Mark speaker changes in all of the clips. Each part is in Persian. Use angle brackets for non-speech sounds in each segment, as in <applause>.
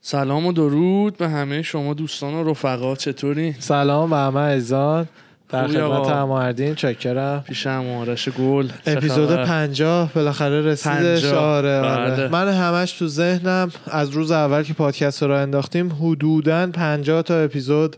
Speaker 1: سلام و درود به همه شما دوستان و رفقا چطوری؟
Speaker 2: سلام به همه عزیزان در
Speaker 1: خوبی
Speaker 2: خدمت
Speaker 1: آقا؟
Speaker 2: همه هردین چکرم
Speaker 1: پیش هم آرش گل چه
Speaker 2: اپیزود
Speaker 1: خبر؟
Speaker 2: پنجاه بالاخره رسیدش
Speaker 1: پنجاه،
Speaker 2: آره آره.
Speaker 1: بله.
Speaker 2: من همش تو ذهنم از روز اول که پادکست رو راه انداختیم حدودا پنجاه تا اپیزود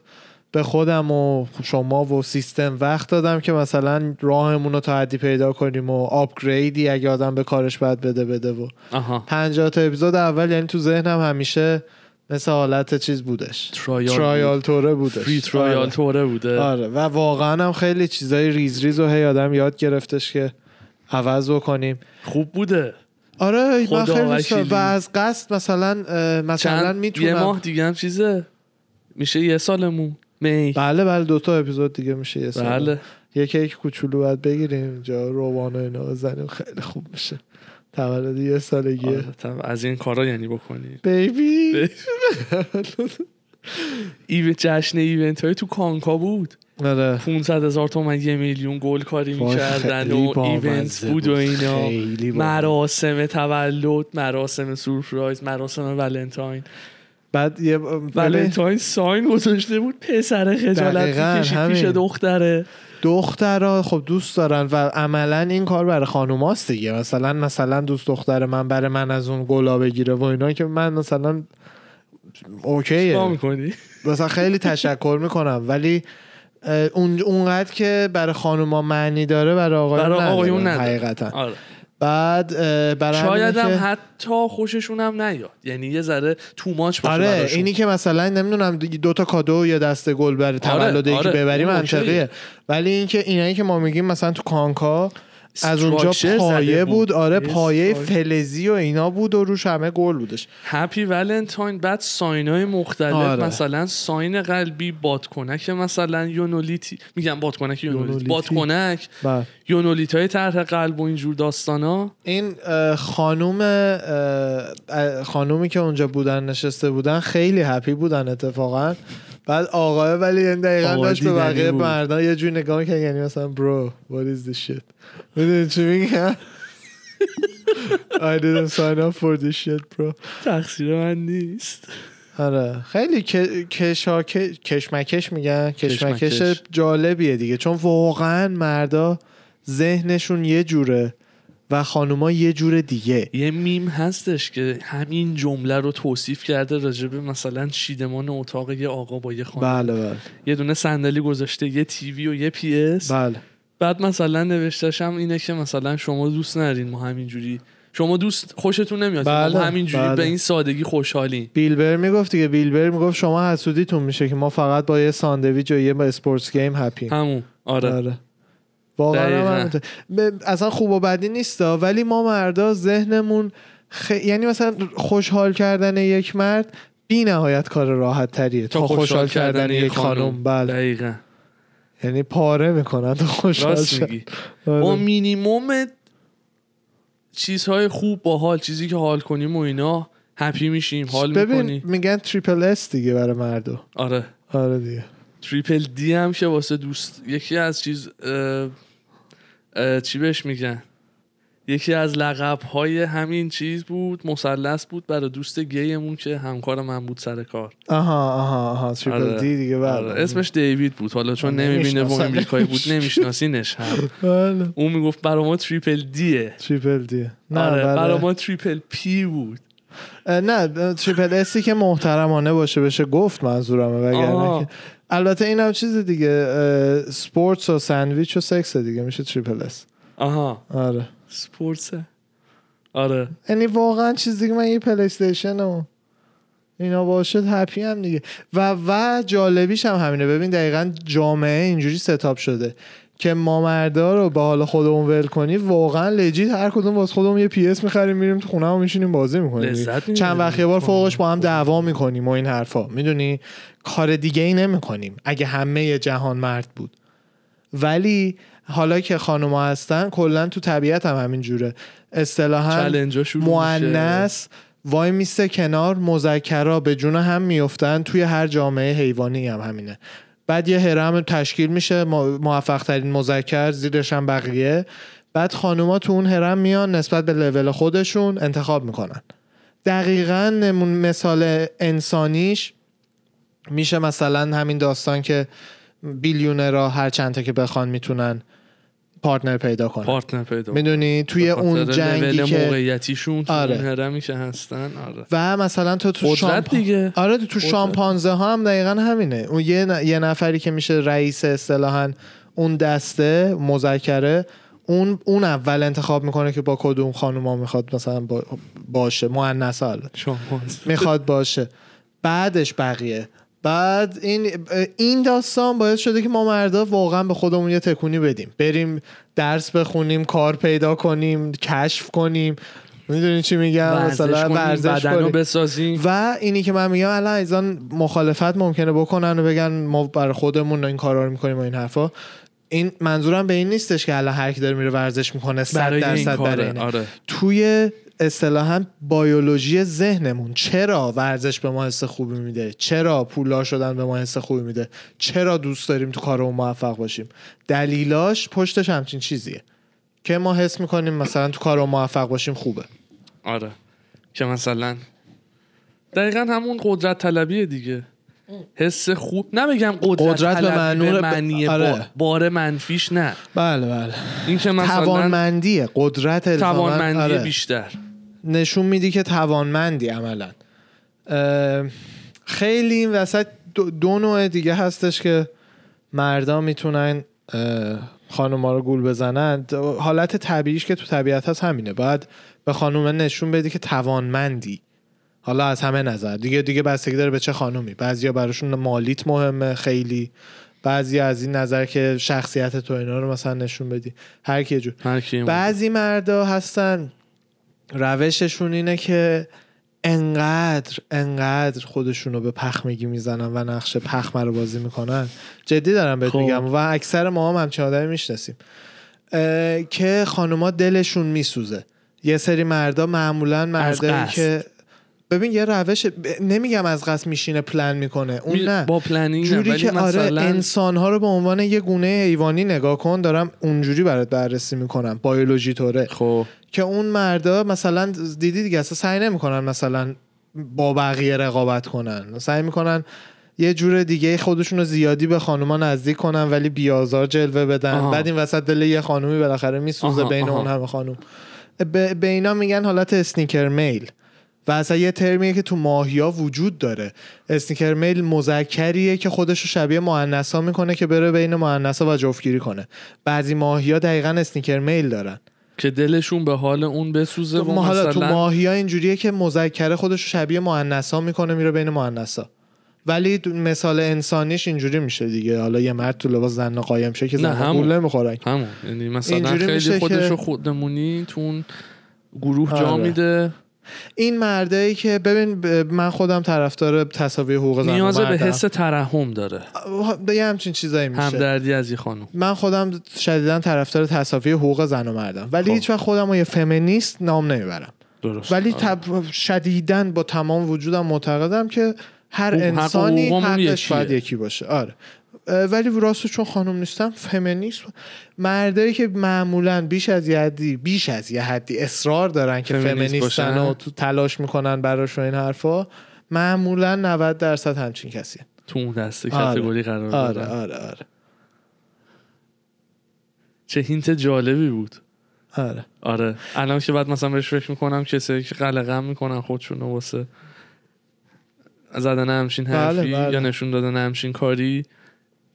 Speaker 2: به خودم و شما و سیستم وقت دادم که مثلا راهمون رو تا حدی پیدا کنیم و آپگریدی اگه آدم به کارش بد بده بده و
Speaker 1: آها
Speaker 2: 50 تا اپیزود اول یعنی تو ذهنم همیشه مثل حالت چیز بودش
Speaker 1: ترایال
Speaker 2: ترایال توره بودش
Speaker 1: فری ترایال
Speaker 2: آره.
Speaker 1: توره بوده
Speaker 2: آره و واقعا هم خیلی چیزای ریز ریز و هی آدم یاد گرفتش که عوض بکنیم
Speaker 1: خوب بوده
Speaker 2: آره من
Speaker 1: خدا
Speaker 2: خیلی دوست دارم.
Speaker 1: وکیلی.
Speaker 2: و از قصد مثلا اه، مثلا
Speaker 1: چند یه ماه
Speaker 2: میتونم
Speaker 1: دیگه هم چیزه میشه یه سالمون می
Speaker 2: بله بله دوتا اپیزود دیگه میشه یه سال
Speaker 1: بله
Speaker 2: یه کیک کوچولو باید بگیریم اینجا روان و اینا بزنیم خیلی خوب میشه تولد یه سالگیه
Speaker 1: آره، طب از این کارا یعنی بکنی
Speaker 2: بیبی
Speaker 1: ایو جشن ایونت های تو کانکا بود
Speaker 2: آره
Speaker 1: 500 هزار تومن یه میلیون گل کاری
Speaker 2: وای،
Speaker 1: میکردن
Speaker 2: خیلی
Speaker 1: و
Speaker 2: بامزه
Speaker 1: ایونت
Speaker 2: بود.
Speaker 1: بود و اینا
Speaker 2: خیلی بامزه.
Speaker 1: مراسم تولد مراسم سورپرایز مراسم ولنتاین
Speaker 2: بعد یه ببین،
Speaker 1: ولنتاین ساین گذاشته بود پسر
Speaker 2: دقیقاً،
Speaker 1: خجالت میکشید پیش
Speaker 2: همین.
Speaker 1: دختره
Speaker 2: دخترها خب دوست دارن و عملا این کار برای خانوماست دیگه مثلا مثلا دوست دختر من برای من از اون گلا بگیره و اینا که من مثلا
Speaker 1: چیکار
Speaker 2: اوکیه
Speaker 1: میکنی
Speaker 2: مثلا خیلی تشکر میکنم ولی اه، اون اونقدر که برای خانوما معنی داره برای آقایون
Speaker 1: برای آقایون
Speaker 2: نداره،
Speaker 1: نداره.
Speaker 2: حقیقتا
Speaker 1: آره
Speaker 2: بعد اه، برای
Speaker 1: شاید
Speaker 2: بله. همینه
Speaker 1: هم
Speaker 2: که-
Speaker 1: حتی خوششون هم نیاد یعنی یه ذره تو ماچ باشه
Speaker 2: آره
Speaker 1: براشون.
Speaker 2: اینی که مثلا نمیدونم دو تا کادو یا دست گل برای تولد یکی
Speaker 1: آره،
Speaker 2: ببری
Speaker 1: اون اوکیه.
Speaker 2: منطقیه ولی اینکه اینایی که ما میگیم مثلا تو کانکا از اونجا
Speaker 1: استراکچر زده
Speaker 2: پایه
Speaker 1: بود.
Speaker 2: بود. آره
Speaker 1: استراکچر.
Speaker 2: پایه فلزی و اینا بود و روش همه گل بودش
Speaker 1: هپی ولنتاین بعد ساین های مختلف
Speaker 2: آره.
Speaker 1: مثلا ساین قلبی بادکنک مثلا یونولیتی میگم بادکنک یونولیت
Speaker 2: یونولیتی.
Speaker 1: بادکنک
Speaker 2: بله.
Speaker 1: یونولیت های طرح قلب و اینجور داستانا
Speaker 2: این اه، خانوم اه، اه، خانومی که اونجا بودن نشسته بودن خیلی هپی بودن اتفاقا بعد آقاه ولی این دقیقا
Speaker 1: آقا
Speaker 2: داشت به
Speaker 1: دیدنی
Speaker 2: بقیه
Speaker 1: بود.
Speaker 2: مردان یه جوری نگاه میکرد یعنی مثلا برو what is this shit میدونی چی میگم I didn't sign up for this shit bro
Speaker 1: تقصیر من نیست
Speaker 2: آره خیلی ک- کشا... ک- کشمکش میگن
Speaker 1: کشمکش.
Speaker 2: کشمکش جالبیه دیگه چون واقعا مردا ذهنشون یه جوره و خانوما یه جور دیگه
Speaker 1: یه میم هستش که همین جمله رو توصیف کرده راجب مثلا شیدمان اتاق یه آقا با یه خانم
Speaker 2: بله بله
Speaker 1: یه دونه صندلی گذاشته یه تیوی و یه پی اس
Speaker 2: بله
Speaker 1: بعد مثلا نوشتش هم اینه که مثلا شما دوست نرین ما همینجوری شما دوست خوشتون نمیاد ما
Speaker 2: بله،
Speaker 1: همینجوری
Speaker 2: بله.
Speaker 1: به این سادگی خوشحالیم
Speaker 2: بیلبر میگفت دیگه بیلبر میگفت شما حسودیتون میشه که ما فقط با یه ساندویج و یه با اسپورتس گیم هپیم
Speaker 1: همون آره,
Speaker 2: آره. واقعا هم
Speaker 1: دقیقاً.
Speaker 2: همینطور. ب- اصلا خوب و بدی نیستا ولی ما مردا ذهنمون خ... یعنی مثلا خوشحال کردن یک مرد بی نهایت کار راحت تریه تا خوشحال, کردن, یک خانم بله
Speaker 1: دقیقا
Speaker 2: یعنی پاره میکنن تا خوشحال
Speaker 1: راست
Speaker 2: شد
Speaker 1: میگی
Speaker 2: آره.
Speaker 1: با مینیموم چیزهای خوب با حال چیزی که حال کنیم و اینا هپی میشیم حال
Speaker 2: ببین
Speaker 1: میکنی
Speaker 2: میگن تریپل اس دیگه برای مردم
Speaker 1: آره
Speaker 2: آره دیگه
Speaker 1: تریپل دی هم که واسه دوست یکی از چیز اه، اه، چی بهش میگن یکی از لقب های همین چیز بود مثلث بود برای دوست گیمون که همکار من بود سر کار
Speaker 2: آها آها آها تریپل
Speaker 1: آره.
Speaker 2: دی دیگه بله
Speaker 1: آره، اسمش دیوید بود حالا چون
Speaker 2: آه،
Speaker 1: نمیبینه و
Speaker 2: نمی‌شناسم.
Speaker 1: امریکایی بود نمیشناسینش هم
Speaker 2: بله
Speaker 1: اون میگفت برا ما تریپل دیه
Speaker 2: تریپل دی نه
Speaker 1: آره
Speaker 2: بله.
Speaker 1: برا ما تریپل پی بود
Speaker 2: اه، نه تریپل اسی که محترمانه باشه بشه گفت منظورمه وگرنه
Speaker 1: آه.
Speaker 2: که- البته این هم چیز دیگه اه، سپورتس و سندویچ و سکس دیگه میشه تریپل اس
Speaker 1: آها
Speaker 2: آره
Speaker 1: سپورتس آره
Speaker 2: یعنی واقعا چیز دیگه من یه پلی استیشن و اینا باشه هپی هم دیگه و و جالبیش هم همینه ببین دقیقا جامعه اینجوری ستاپ شده که ما مردا رو به حال خودمون ول کنی واقعا لجیت هر کدوم واسه خودمون یه پی اس میخریم میریم تو خونه میشینیم بازی میکنیم
Speaker 1: لذت
Speaker 2: چند
Speaker 1: می‌بریم. خب.
Speaker 2: وقت یه بار فوقش با هم دعوا میکنیم و این حرفا میدونی کار دیگه ای نمیکنیم اگه همه جهان مرد بود ولی حالا که خانوما هستن کلا تو طبیعت هم همین جوره اصطلاحا
Speaker 1: چالنجا شروع میشه.
Speaker 2: مؤنث وای میسته کنار مذکرا به جون هم میفتن توی هر جامعه حیوانی هم همینه بعد یه هرم تشکیل میشه موفق ترین مذکر زیرش هم بقیه بعد خانوما تو اون هرم میان نسبت به لول خودشون انتخاب میکنن دقیقا نمون مثال انسانیش میشه مثلا همین داستان که بیلیونرها هر چند تا که بخوان میتونن پارتنر پیدا کنن
Speaker 1: پارتنر پیدا
Speaker 2: میدونی توی
Speaker 1: به خاطر
Speaker 2: اون جنگی
Speaker 1: لول
Speaker 2: که
Speaker 1: موقعیتیشون تو
Speaker 2: آره.
Speaker 1: اون هرمی که هستن آره
Speaker 2: و مثلا تو تو
Speaker 1: قدرت
Speaker 2: شامپا-
Speaker 1: دیگه.
Speaker 2: آره تو
Speaker 1: قدرت.
Speaker 2: شامپانزه ها هم دقیقا همینه اون یه, ن- یه نفری که میشه رئیس اصطلاحا اون دسته مذکره اون اون اول انتخاب میکنه که با کدوم خانوما میخواد مثلا با- باشه مؤنثه البته.
Speaker 1: شامپانز
Speaker 2: میخواد باشه بعدش بقیه بعد این این داستان باعث شده که ما مردا واقعا به خودمون یه تکونی بدیم بریم درس بخونیم کار پیدا کنیم کشف کنیم میدونین چی میگم مثلا ورزش
Speaker 1: بدن رو
Speaker 2: کنیم
Speaker 1: بسازیم
Speaker 2: و اینی که من میگم الان ایزان مخالفت ممکنه بکنن و بگن ما برای خودمون این کارا رو میکنیم و این حرفا این منظورم به این نیستش که الان هر کی داره میره ورزش میکنه 100
Speaker 1: برای این
Speaker 2: درصد برای
Speaker 1: کاره
Speaker 2: اینه.
Speaker 1: آره
Speaker 2: توی اصطلاحا بیولوژی ذهنمون چرا ورزش به ما حس خوبی میده چرا پولدار شدن به ما حس خوبی میده چرا دوست داریم تو کارمون موفق باشیم دلیلاش پشتش همچین چیزیه که ما حس میکنیم مثلا تو کارمون موفق باشیم خوبه
Speaker 1: آره که مثلا دقیقا همون قدرت طلبیه دیگه حس خوب نمیگم قدرت,
Speaker 2: قدرت به
Speaker 1: طلبی
Speaker 2: معنون-
Speaker 1: به معنی با-
Speaker 2: آره.
Speaker 1: بار منفیش نه
Speaker 2: بله بله
Speaker 1: این که مثلا
Speaker 2: توانمندیه قدرت الزاماً-
Speaker 1: توانمندی
Speaker 2: آره.
Speaker 1: بیشتر
Speaker 2: نشون میدی که توانمندی عملا اه، خیلی این وسط دو, دو نوع دیگه هستش که مردا میتونن اه، خانوما رو گول بزنن د- حالت طبیعیش که تو طبیعت هست همینه باید به خانومه نشون بدی که توانمندی حالا از همه نظر دیگه دیگه بستگی داره به چه خانومی بعضیا براشون مالیت مهمه خیلی بعضی از این نظر که شخصیت تو اینا رو مثلا نشون بدی هر کی یه جور
Speaker 1: هر کی اون-
Speaker 2: بعضی مردا هستن روششون اینه که انقدر انقدر خودشون رو به پخمگی میزنن و نقش پخمه رو بازی میکنن جدی دارم بهت
Speaker 1: خب.
Speaker 2: میگم و اکثر ما هم همچین آدمی میشناسیم اه، که خانوما دلشون میسوزه یه سری مردا معمولا مردایی
Speaker 1: قصد.
Speaker 2: که ببین یه روش ب- نمیگم از قصد میشینه پلن میکنه اون
Speaker 1: می-
Speaker 2: نه
Speaker 1: با پلنینگ نه،
Speaker 2: جوری
Speaker 1: ولی
Speaker 2: که آره
Speaker 1: مثلا
Speaker 2: انسان ها رو به عنوان یه گونه حیوانی نگاه کن دارم اونجوری برات بررسی میکنم بیولوژی طوره
Speaker 1: خب
Speaker 2: که اون مردا مثلا دیدی دیگه اصلا سعی نمیکنن مثلا با بقیه رقابت کنن سعی میکنن یه جور دیگه خودشون رو زیادی به خانوما نزدیک کنن ولی بیازار جلوه بدن
Speaker 1: آها.
Speaker 2: بعد این وسط دل یه خانومی بالاخره میسوزه
Speaker 1: آها،
Speaker 2: بین
Speaker 1: آها.
Speaker 2: اون همه خانوم به, به اینا میگن حالت اسنیکر میل و اصلا یه ترمیه که تو ماهیا وجود داره اسنیکر میل مذکریه که خودش رو شبیه مؤنثا میکنه که بره بین مؤنثا و جفتگیری کنه بعضی ماهیا دقیقا اسنیکر میل دارن
Speaker 1: که دلشون به حال اون بسوزه
Speaker 2: تو
Speaker 1: و
Speaker 2: خب ما حالا تو
Speaker 1: مثلا
Speaker 2: ماهی ها اینجوریه که مذکره خودش رو شبیه مؤنثا میکنه میره بین مؤنثا ولی دو- مثال انسانیش اینجوری میشه دیگه حالا یه مرد تو لباس زن قایم شه که
Speaker 1: نه،
Speaker 2: زن
Speaker 1: همون.
Speaker 2: قول نمیخورن
Speaker 1: همون یعنی مثلا
Speaker 2: اینجوری میشه
Speaker 1: خیلی خودشو
Speaker 2: که-
Speaker 1: خودمونی تو اون گروه جا
Speaker 2: آره.
Speaker 1: میده
Speaker 2: این مردایی که ببین ب- من خودم طرفدار تساوی حقوق زن
Speaker 1: نیاز
Speaker 2: و
Speaker 1: به
Speaker 2: مردم.
Speaker 1: حس ترحم داره
Speaker 2: آه، یه همچین چیزایی میشه
Speaker 1: همدردی از یه خانم
Speaker 2: من خودم شدیدا طرفدار تساوی حقوق زن و مردم ولی
Speaker 1: خب.
Speaker 2: هیچ وقت خودم رو یه فمینیست نام نمیبرم
Speaker 1: درست
Speaker 2: ولی
Speaker 1: آره.
Speaker 2: تب... شدیدن با تمام وجودم معتقدم که هر
Speaker 1: حق
Speaker 2: انسانی
Speaker 1: حقوقمون
Speaker 2: حقش
Speaker 1: یکیه.
Speaker 2: باید یکی باشه آره اه، ولی راستش چون خانم نیستم فمینیست مردایی که معمولا بیش از یه حدی بیش از یه حدی اصرار دارن که
Speaker 1: فمینیست
Speaker 2: فمینیستن
Speaker 1: باشن.
Speaker 2: و تو تلاش میکنن براش و این حرفا معمولا 90 درصد همچین کسیه
Speaker 1: تو اون دسته
Speaker 2: آره.
Speaker 1: کاتگوری قرار
Speaker 2: آره
Speaker 1: دادن.
Speaker 2: آره آره
Speaker 1: چه هینت جالبی بود
Speaker 2: آره
Speaker 1: آره الان که بعد مثلا بهش فکر میکنم کسایی که قلقم میکنن خودشون رو واسه زدن همچین
Speaker 2: بله،
Speaker 1: حرفی
Speaker 2: بله.
Speaker 1: یا نشون دادن همچین کاری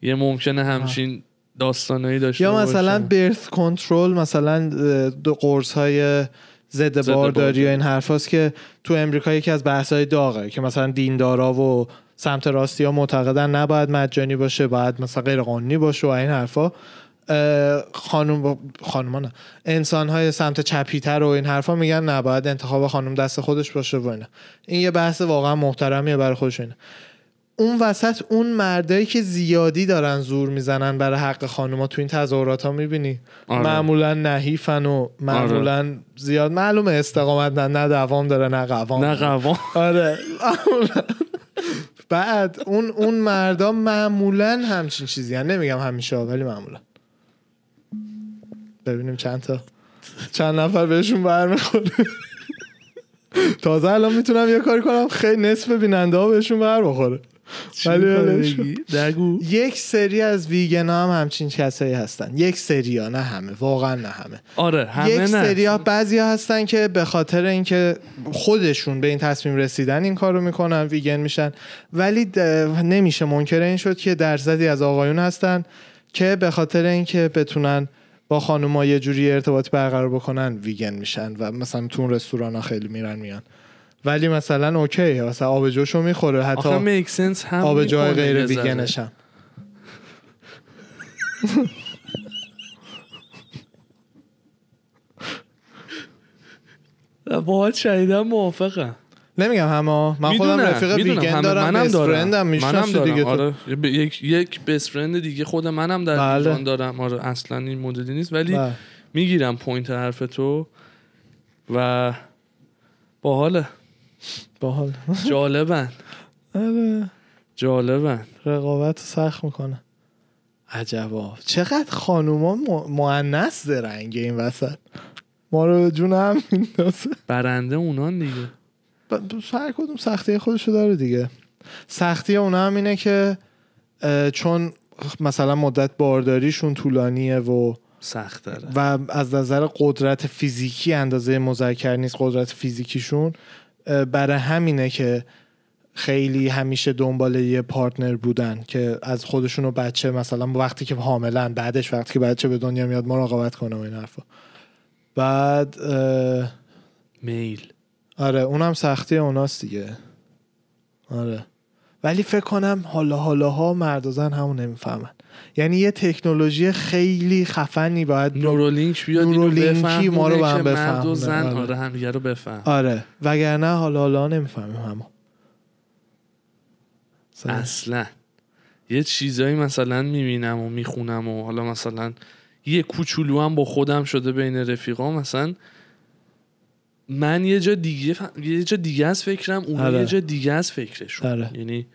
Speaker 1: یه ممکنه همچین داستانایی داشته
Speaker 2: یا مثلا
Speaker 1: باشن.
Speaker 2: برث کنترل مثلا اه، دو قرص های ضد بارداری و این حرف که تو امریکا یکی از بحث های داغه که مثلا دیندارا و سمت راستی ها معتقدن نباید مجانی باشه باید مثلا غیر قانونی باشه و این حرفا اه، خانم خانوما نه انسان های سمت چپیتر و این حرفا میگن نه باید انتخاب خانم دست خودش باشه و اینا این یه بحث واقعا محترمیه برای خودش و اینا. اون وسط اون مردایی که زیادی دارن زور میزنن برای حق خانوما تو این تظاهرات ها میبینی
Speaker 1: آره.
Speaker 2: معمولا نحیفن و معمولا زیاد معلومه استقامت نه نه دوام داره نه قوام
Speaker 1: نه قوام
Speaker 2: آره معمولاً. بعد اون اون مردا معمولا همچین چیزی هن. نمیگم همیشه ولی معمولا ببینیم چند تا چند نفر بهشون برمیخوره تازه الان میتونم یه کاری کنم خیلی نصف بیننده ها بهشون بر بخوره
Speaker 1: چی
Speaker 2: ولی
Speaker 1: می‌خوای
Speaker 2: ولش
Speaker 1: بگی؟ نگو
Speaker 2: یک سری از ویگنا هم همچین کسایی هستن یک سری ها نه همه واقعا نه همه
Speaker 1: آره همه
Speaker 2: یک
Speaker 1: نه
Speaker 2: سری ها بعضی ها هستن که به خاطر اینکه خودشون به این تصمیم رسیدن این کارو میکنن ویگن میشن ولی د- نمیشه منکر این شد که درصدی از آقایون هستن که به خاطر اینکه بتونن با خانوما یه جوری ارتباط برقرار بکنن ویگن میشن و مثلا تو اون رستوران ها خیلی میرن میان ولی مثلا اوکی مثلا آبجوشو میخوره حتی
Speaker 1: آخه میک سنس هم
Speaker 2: آب جای
Speaker 1: می‌کنه
Speaker 2: غیر
Speaker 1: یه ذره.
Speaker 2: ویگنش هم
Speaker 1: باهات شدیدم موافقم
Speaker 2: نمیگم همه من خودم
Speaker 1: می‌دونم،
Speaker 2: رفیق
Speaker 1: می‌دونم،
Speaker 2: ویگن
Speaker 1: همه-
Speaker 2: دارم
Speaker 1: منم
Speaker 2: بیست فرندم
Speaker 1: منم
Speaker 2: میشناسی
Speaker 1: دارم
Speaker 2: دیگه تو
Speaker 1: آره. یه ب- یک یک بست فرند دیگه خود منم در
Speaker 2: بله.
Speaker 1: ایران دارم آره اصلا این مدلی نیست آره، ولی
Speaker 2: بله.
Speaker 1: میگیرم پوینت حرف تو و باحاله
Speaker 2: باحال
Speaker 1: جالبن
Speaker 2: آره.
Speaker 1: جالبن
Speaker 2: رقابت رو سخت میکنه عجبا چقدر خانوما م- معنس زرنگه این وسط ما رو به جون هم میندازه
Speaker 1: برنده اونان دیگه
Speaker 2: ب- ب- هر کدوم سختی خودشو داره دیگه سختی اونا هم اینه که اه، چون مثلا مدت بارداریشون طولانیه و
Speaker 1: سخت داره
Speaker 2: و از نظر قدرت فیزیکی اندازه مذکر نیست قدرت فیزیکیشون اه، برای همینه که خیلی همیشه دنبال یه پارتنر بودن که از خودشون و بچه مثلا وقتی که حاملن بعدش وقتی که بچه به دنیا میاد مراقبت کنه و این حرفا بعد اه،
Speaker 1: میل
Speaker 2: آره اونم سختی اوناست دیگه آره ولی فکر کنم حالا حالا ها مرد و زن همون نمیفهمن یعنی یه تکنولوژی خیلی خفنی باید
Speaker 1: نورولینک بیاد اینو
Speaker 2: نورولینکی
Speaker 1: بفهمونه
Speaker 2: ما رو به هم
Speaker 1: که مرد
Speaker 2: بفهمونه.
Speaker 1: و زن
Speaker 2: آره.
Speaker 1: آره همدیگه رو بفهم
Speaker 2: آره وگرنه حالا حالا نمیفهمیم همه مثلا
Speaker 1: اصلا یه چیزایی مثلا میبینم و میخونم و حالا مثلا یه کوچولو هم با خودم شده بین رفیقا مثلا من یه جا دیگه ف- یه جا دیگه از فکرم اون
Speaker 2: آره.
Speaker 1: یه جا دیگه از فکرشون
Speaker 2: آره.
Speaker 1: یعنی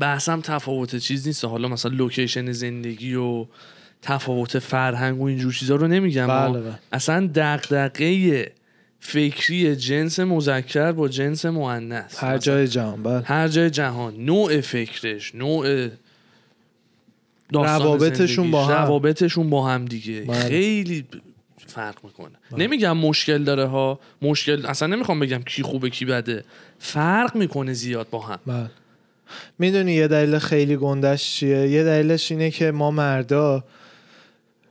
Speaker 1: بحثم تفاوت چیز نیست حالا مثلا لوکیشن زندگی و تفاوت فرهنگ و اینجور چیزا رو نمیگم
Speaker 2: بله،
Speaker 1: آه.
Speaker 2: بله.
Speaker 1: اصلا دقدقه فکری جنس مذکر با جنس مؤنث
Speaker 2: هر جای جهان بله
Speaker 1: هر جای جهان نوع فکرش نوع داستان
Speaker 2: روابطشون
Speaker 1: زندگیش،
Speaker 2: با هم.
Speaker 1: روابطشون با هم دیگه
Speaker 2: بله.
Speaker 1: خیلی ب- فرق میکنه نمیگم مشکل داره ها مشکل اصلا نمیخوام بگم کی خوبه کی بده فرق میکنه زیاد با هم
Speaker 2: بله میدونی یه دلیل خیلی گندش چیه یه دلیلش اینه که ما مردا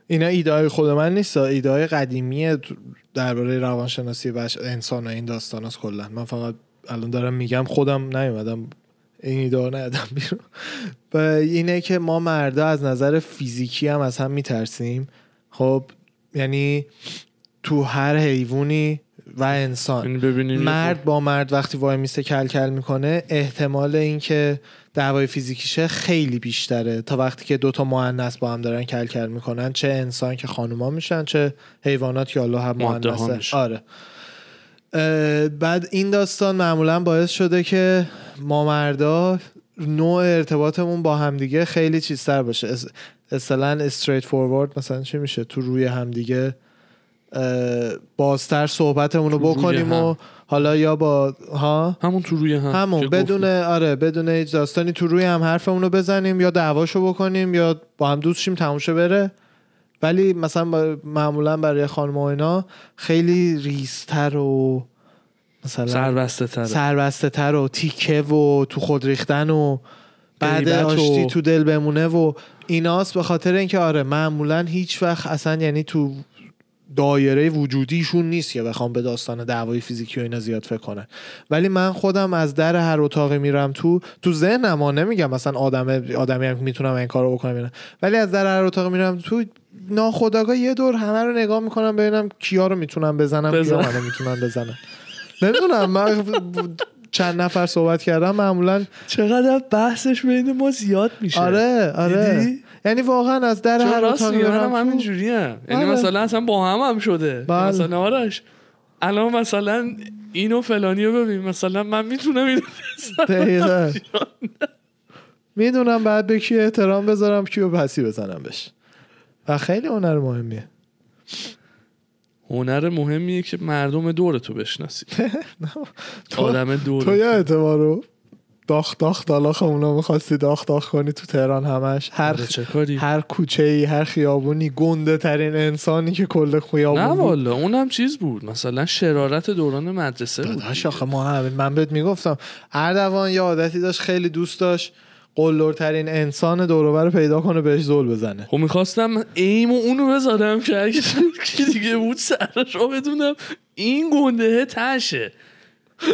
Speaker 2: اینا ایده های خود من نیست ایده های قدیمی درباره روانشناسی بش انسان و این داستان است کلا من فقط الان دارم میگم خودم نیومدم این ایده ها ندادم بیرون و اینه که ما مردا از نظر فیزیکی هم از هم میترسیم خب یعنی تو هر حیوانی و انسان
Speaker 1: یعنی ببینیم یه
Speaker 2: مرد با مرد وقتی وای میسته کل کل میکنه احتمال اینکه دعوای فیزیکیشه خیلی بیشتره تا وقتی که دوتا مؤنث با هم دارن کل کل میکنن چه انسان که خانوما میشن چه حیوانات که الله هم
Speaker 1: ماده ها
Speaker 2: مؤنثه
Speaker 1: میشن.
Speaker 2: آره اه، بعد این داستان معمولا باعث شده که ما مردا نوع ارتباطمون با همدیگه خیلی چیزتر باشه اس- اصطلاحا استریت فوروارد مثلا چی میشه تو روی همدیگه اه، بازتر صحبتمون رو
Speaker 1: تو روی
Speaker 2: بکنیم
Speaker 1: هم.
Speaker 2: و حالا یا با ها
Speaker 1: همون تو روی هم که
Speaker 2: همون
Speaker 1: گفتی.
Speaker 2: بدون آره بدون هیچ داستانی تو روی هم حرفمون رو بزنیم یا دعواشو بکنیم یا با هم دوست شیم تموشه بره ولی مثلا با- معمولا برای خانم و اینا خیلی ریزتر و مثلا
Speaker 1: سربسته تره
Speaker 2: سربسته تر و تیکه و تو خود ریختن و بعد
Speaker 1: غیبت و-
Speaker 2: آشتی تو دل بمونه و ایناست به خاطر اینکه آره معمولا هیچ وقت اصلا یعنی تو دایره وجودیشون نیست که بخوام به داستان دعوای فیزیکی و اینا زیاد فکر کنن ولی من خودم از در هر اتاقی میرم تو تو ذهنم ها نمیگم مثلا آدم آدمی هم که میتونم این کارو بکنم اینا. ولی از در هر اتاقی میرم تو ناخداگاه یه دور همه رو نگاه میکنم ببینم کیا رو میتونم بزنم
Speaker 1: بزن.
Speaker 2: کیا منو میتونم بزنم نمیدونم من چند نفر صحبت کردم معمولا
Speaker 1: چقدر بحثش بین ما زیاد میشه
Speaker 2: آره آره
Speaker 1: دیدی؟
Speaker 2: یعنی واقعا از در
Speaker 1: چون
Speaker 2: هر
Speaker 1: راست
Speaker 2: اتاقی
Speaker 1: میگم
Speaker 2: میرم
Speaker 1: منم
Speaker 2: تو.
Speaker 1: همین جوری هم. یعنی
Speaker 2: خب. بله.
Speaker 1: مثلا اصلا با هم هم شده
Speaker 2: بله.
Speaker 1: مثلا آرش الان مثلا اینو فلانی رو ببین مثلا من میتونم اینو بزنم.
Speaker 2: دقیقا <laughs> میدونم بعد به کی احترام بذارم کیو پسی بزنم بش و خیلی هنر مهمیه
Speaker 1: هنر مهمیه که مردم دور تو
Speaker 2: <laughs>
Speaker 1: بشناسی
Speaker 2: تو-
Speaker 1: آدم
Speaker 2: تو
Speaker 1: دور
Speaker 2: یه رو داخ داخ دالاخ اونا میخواستی داخ داخ کنی تو تهران همش هر
Speaker 1: آره، چه کاری
Speaker 2: هر کوچه ای هر خیابونی گنده ترین انسانی که کل
Speaker 1: نه
Speaker 2: خیابون بود
Speaker 1: والا اونم چیز بود مثلا شرارت دوران مدرسه بود
Speaker 2: داداش آخه ما همه من بهت میگفتم اردوان یه عادتی داشت خیلی دوست داشت قلدرترین انسان دوروبر رو پیدا کنه بهش زل بزنه
Speaker 1: خب میخواستم ایم و اونو بذارم که اگه کی دیگه بود سرش رو بدونم این گندهه تشه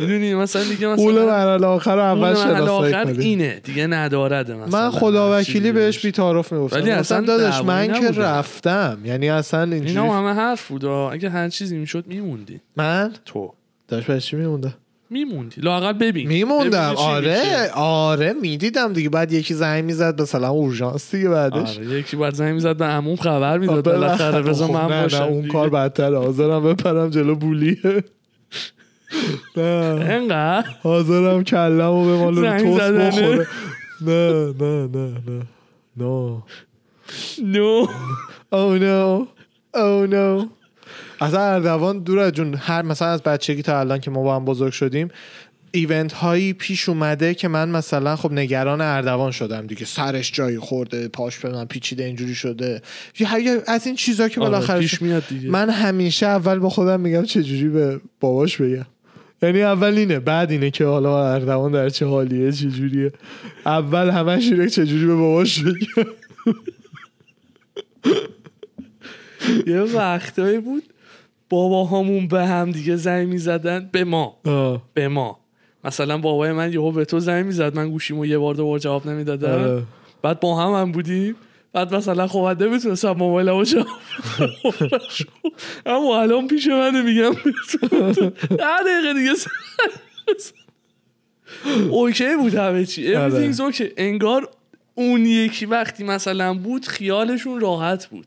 Speaker 1: میدونی مثلا دیگه مثلا
Speaker 2: قول
Speaker 1: اول
Speaker 2: مرحله آخر رو اول شناسایی
Speaker 1: آخر
Speaker 2: کنی
Speaker 1: اینه دیگه ندارده مثلا
Speaker 2: من خدا
Speaker 1: چیزی
Speaker 2: وکیلی بهش بیتعارف میگفتم
Speaker 1: ولی
Speaker 2: ولی
Speaker 1: اصلا
Speaker 2: داداش
Speaker 1: دعوایی
Speaker 2: من که
Speaker 1: نبودن.
Speaker 2: رفتم یعنی اصلا اینجوری
Speaker 1: اینا همه حرف بودا اگه هر چیزی میشد میموندی
Speaker 2: من
Speaker 1: تو
Speaker 2: داشت بهش چی میمونده
Speaker 1: میموندی لاقل ببین ببین
Speaker 2: میموندم
Speaker 1: چی میشه.
Speaker 2: آره آره میدیدم دیگه بعد یکی زنگ میزد مثلا اورژانس دیگه بعدش
Speaker 1: آره یکی باید زنگ میزد به عموم خبر میداد
Speaker 2: بالاخره.
Speaker 1: بالاخره بذار
Speaker 2: خب
Speaker 1: من
Speaker 2: نه،
Speaker 1: باشم
Speaker 2: نه اون
Speaker 1: دیگه.
Speaker 2: کار بدتره حاضرم بپرم جلو
Speaker 1: <laughs>
Speaker 2: بولیه نه
Speaker 1: انقدر
Speaker 2: حاضرم کلمو به مال رو
Speaker 1: زنگ
Speaker 2: توست
Speaker 1: زدنه.
Speaker 2: بخوره نه نه نه نه نه
Speaker 1: نو
Speaker 2: Oh no Oh no از اردوان دور از جون هر مثلا از بچگی تا الان که ما با هم بزرگ شدیم ایونت هایی پیش اومده که من مثلا خب نگران اردوان شدم دیگه سرش جایی خورده پاش به من پیچیده اینجوری شده یه- یه- از این چیزا که
Speaker 1: آره،
Speaker 2: بالاخره
Speaker 1: پیش میاد دیگه
Speaker 2: من همیشه اول با خودم میگم چه جوری به باباش بگم یعنی اول اینه بعد اینه که حالا اردوان در چه حالیه چه جوریه اول همش اینه که چه جوری به باباش بگم
Speaker 1: یه وقتایی بود بابا همون به هم دیگه زنگ میزدن به ما
Speaker 2: آه.
Speaker 1: به ما مثلا بابای من یهو به تو زنگ میزد من گوشیمو یه بار دوبار جواب نمیدادم
Speaker 2: آره.
Speaker 1: بعد با هم هم بودیم بعد مثلا خب بعد نمیتونستم موبایل هم جواب بدم. اما الان پیش منه میگم ده دقیقه دیگه سر- اوکی بود همه چی
Speaker 2: آره.
Speaker 1: everything's okay انگار اون یکی وقتی مثلا بود خیالشون راحت بود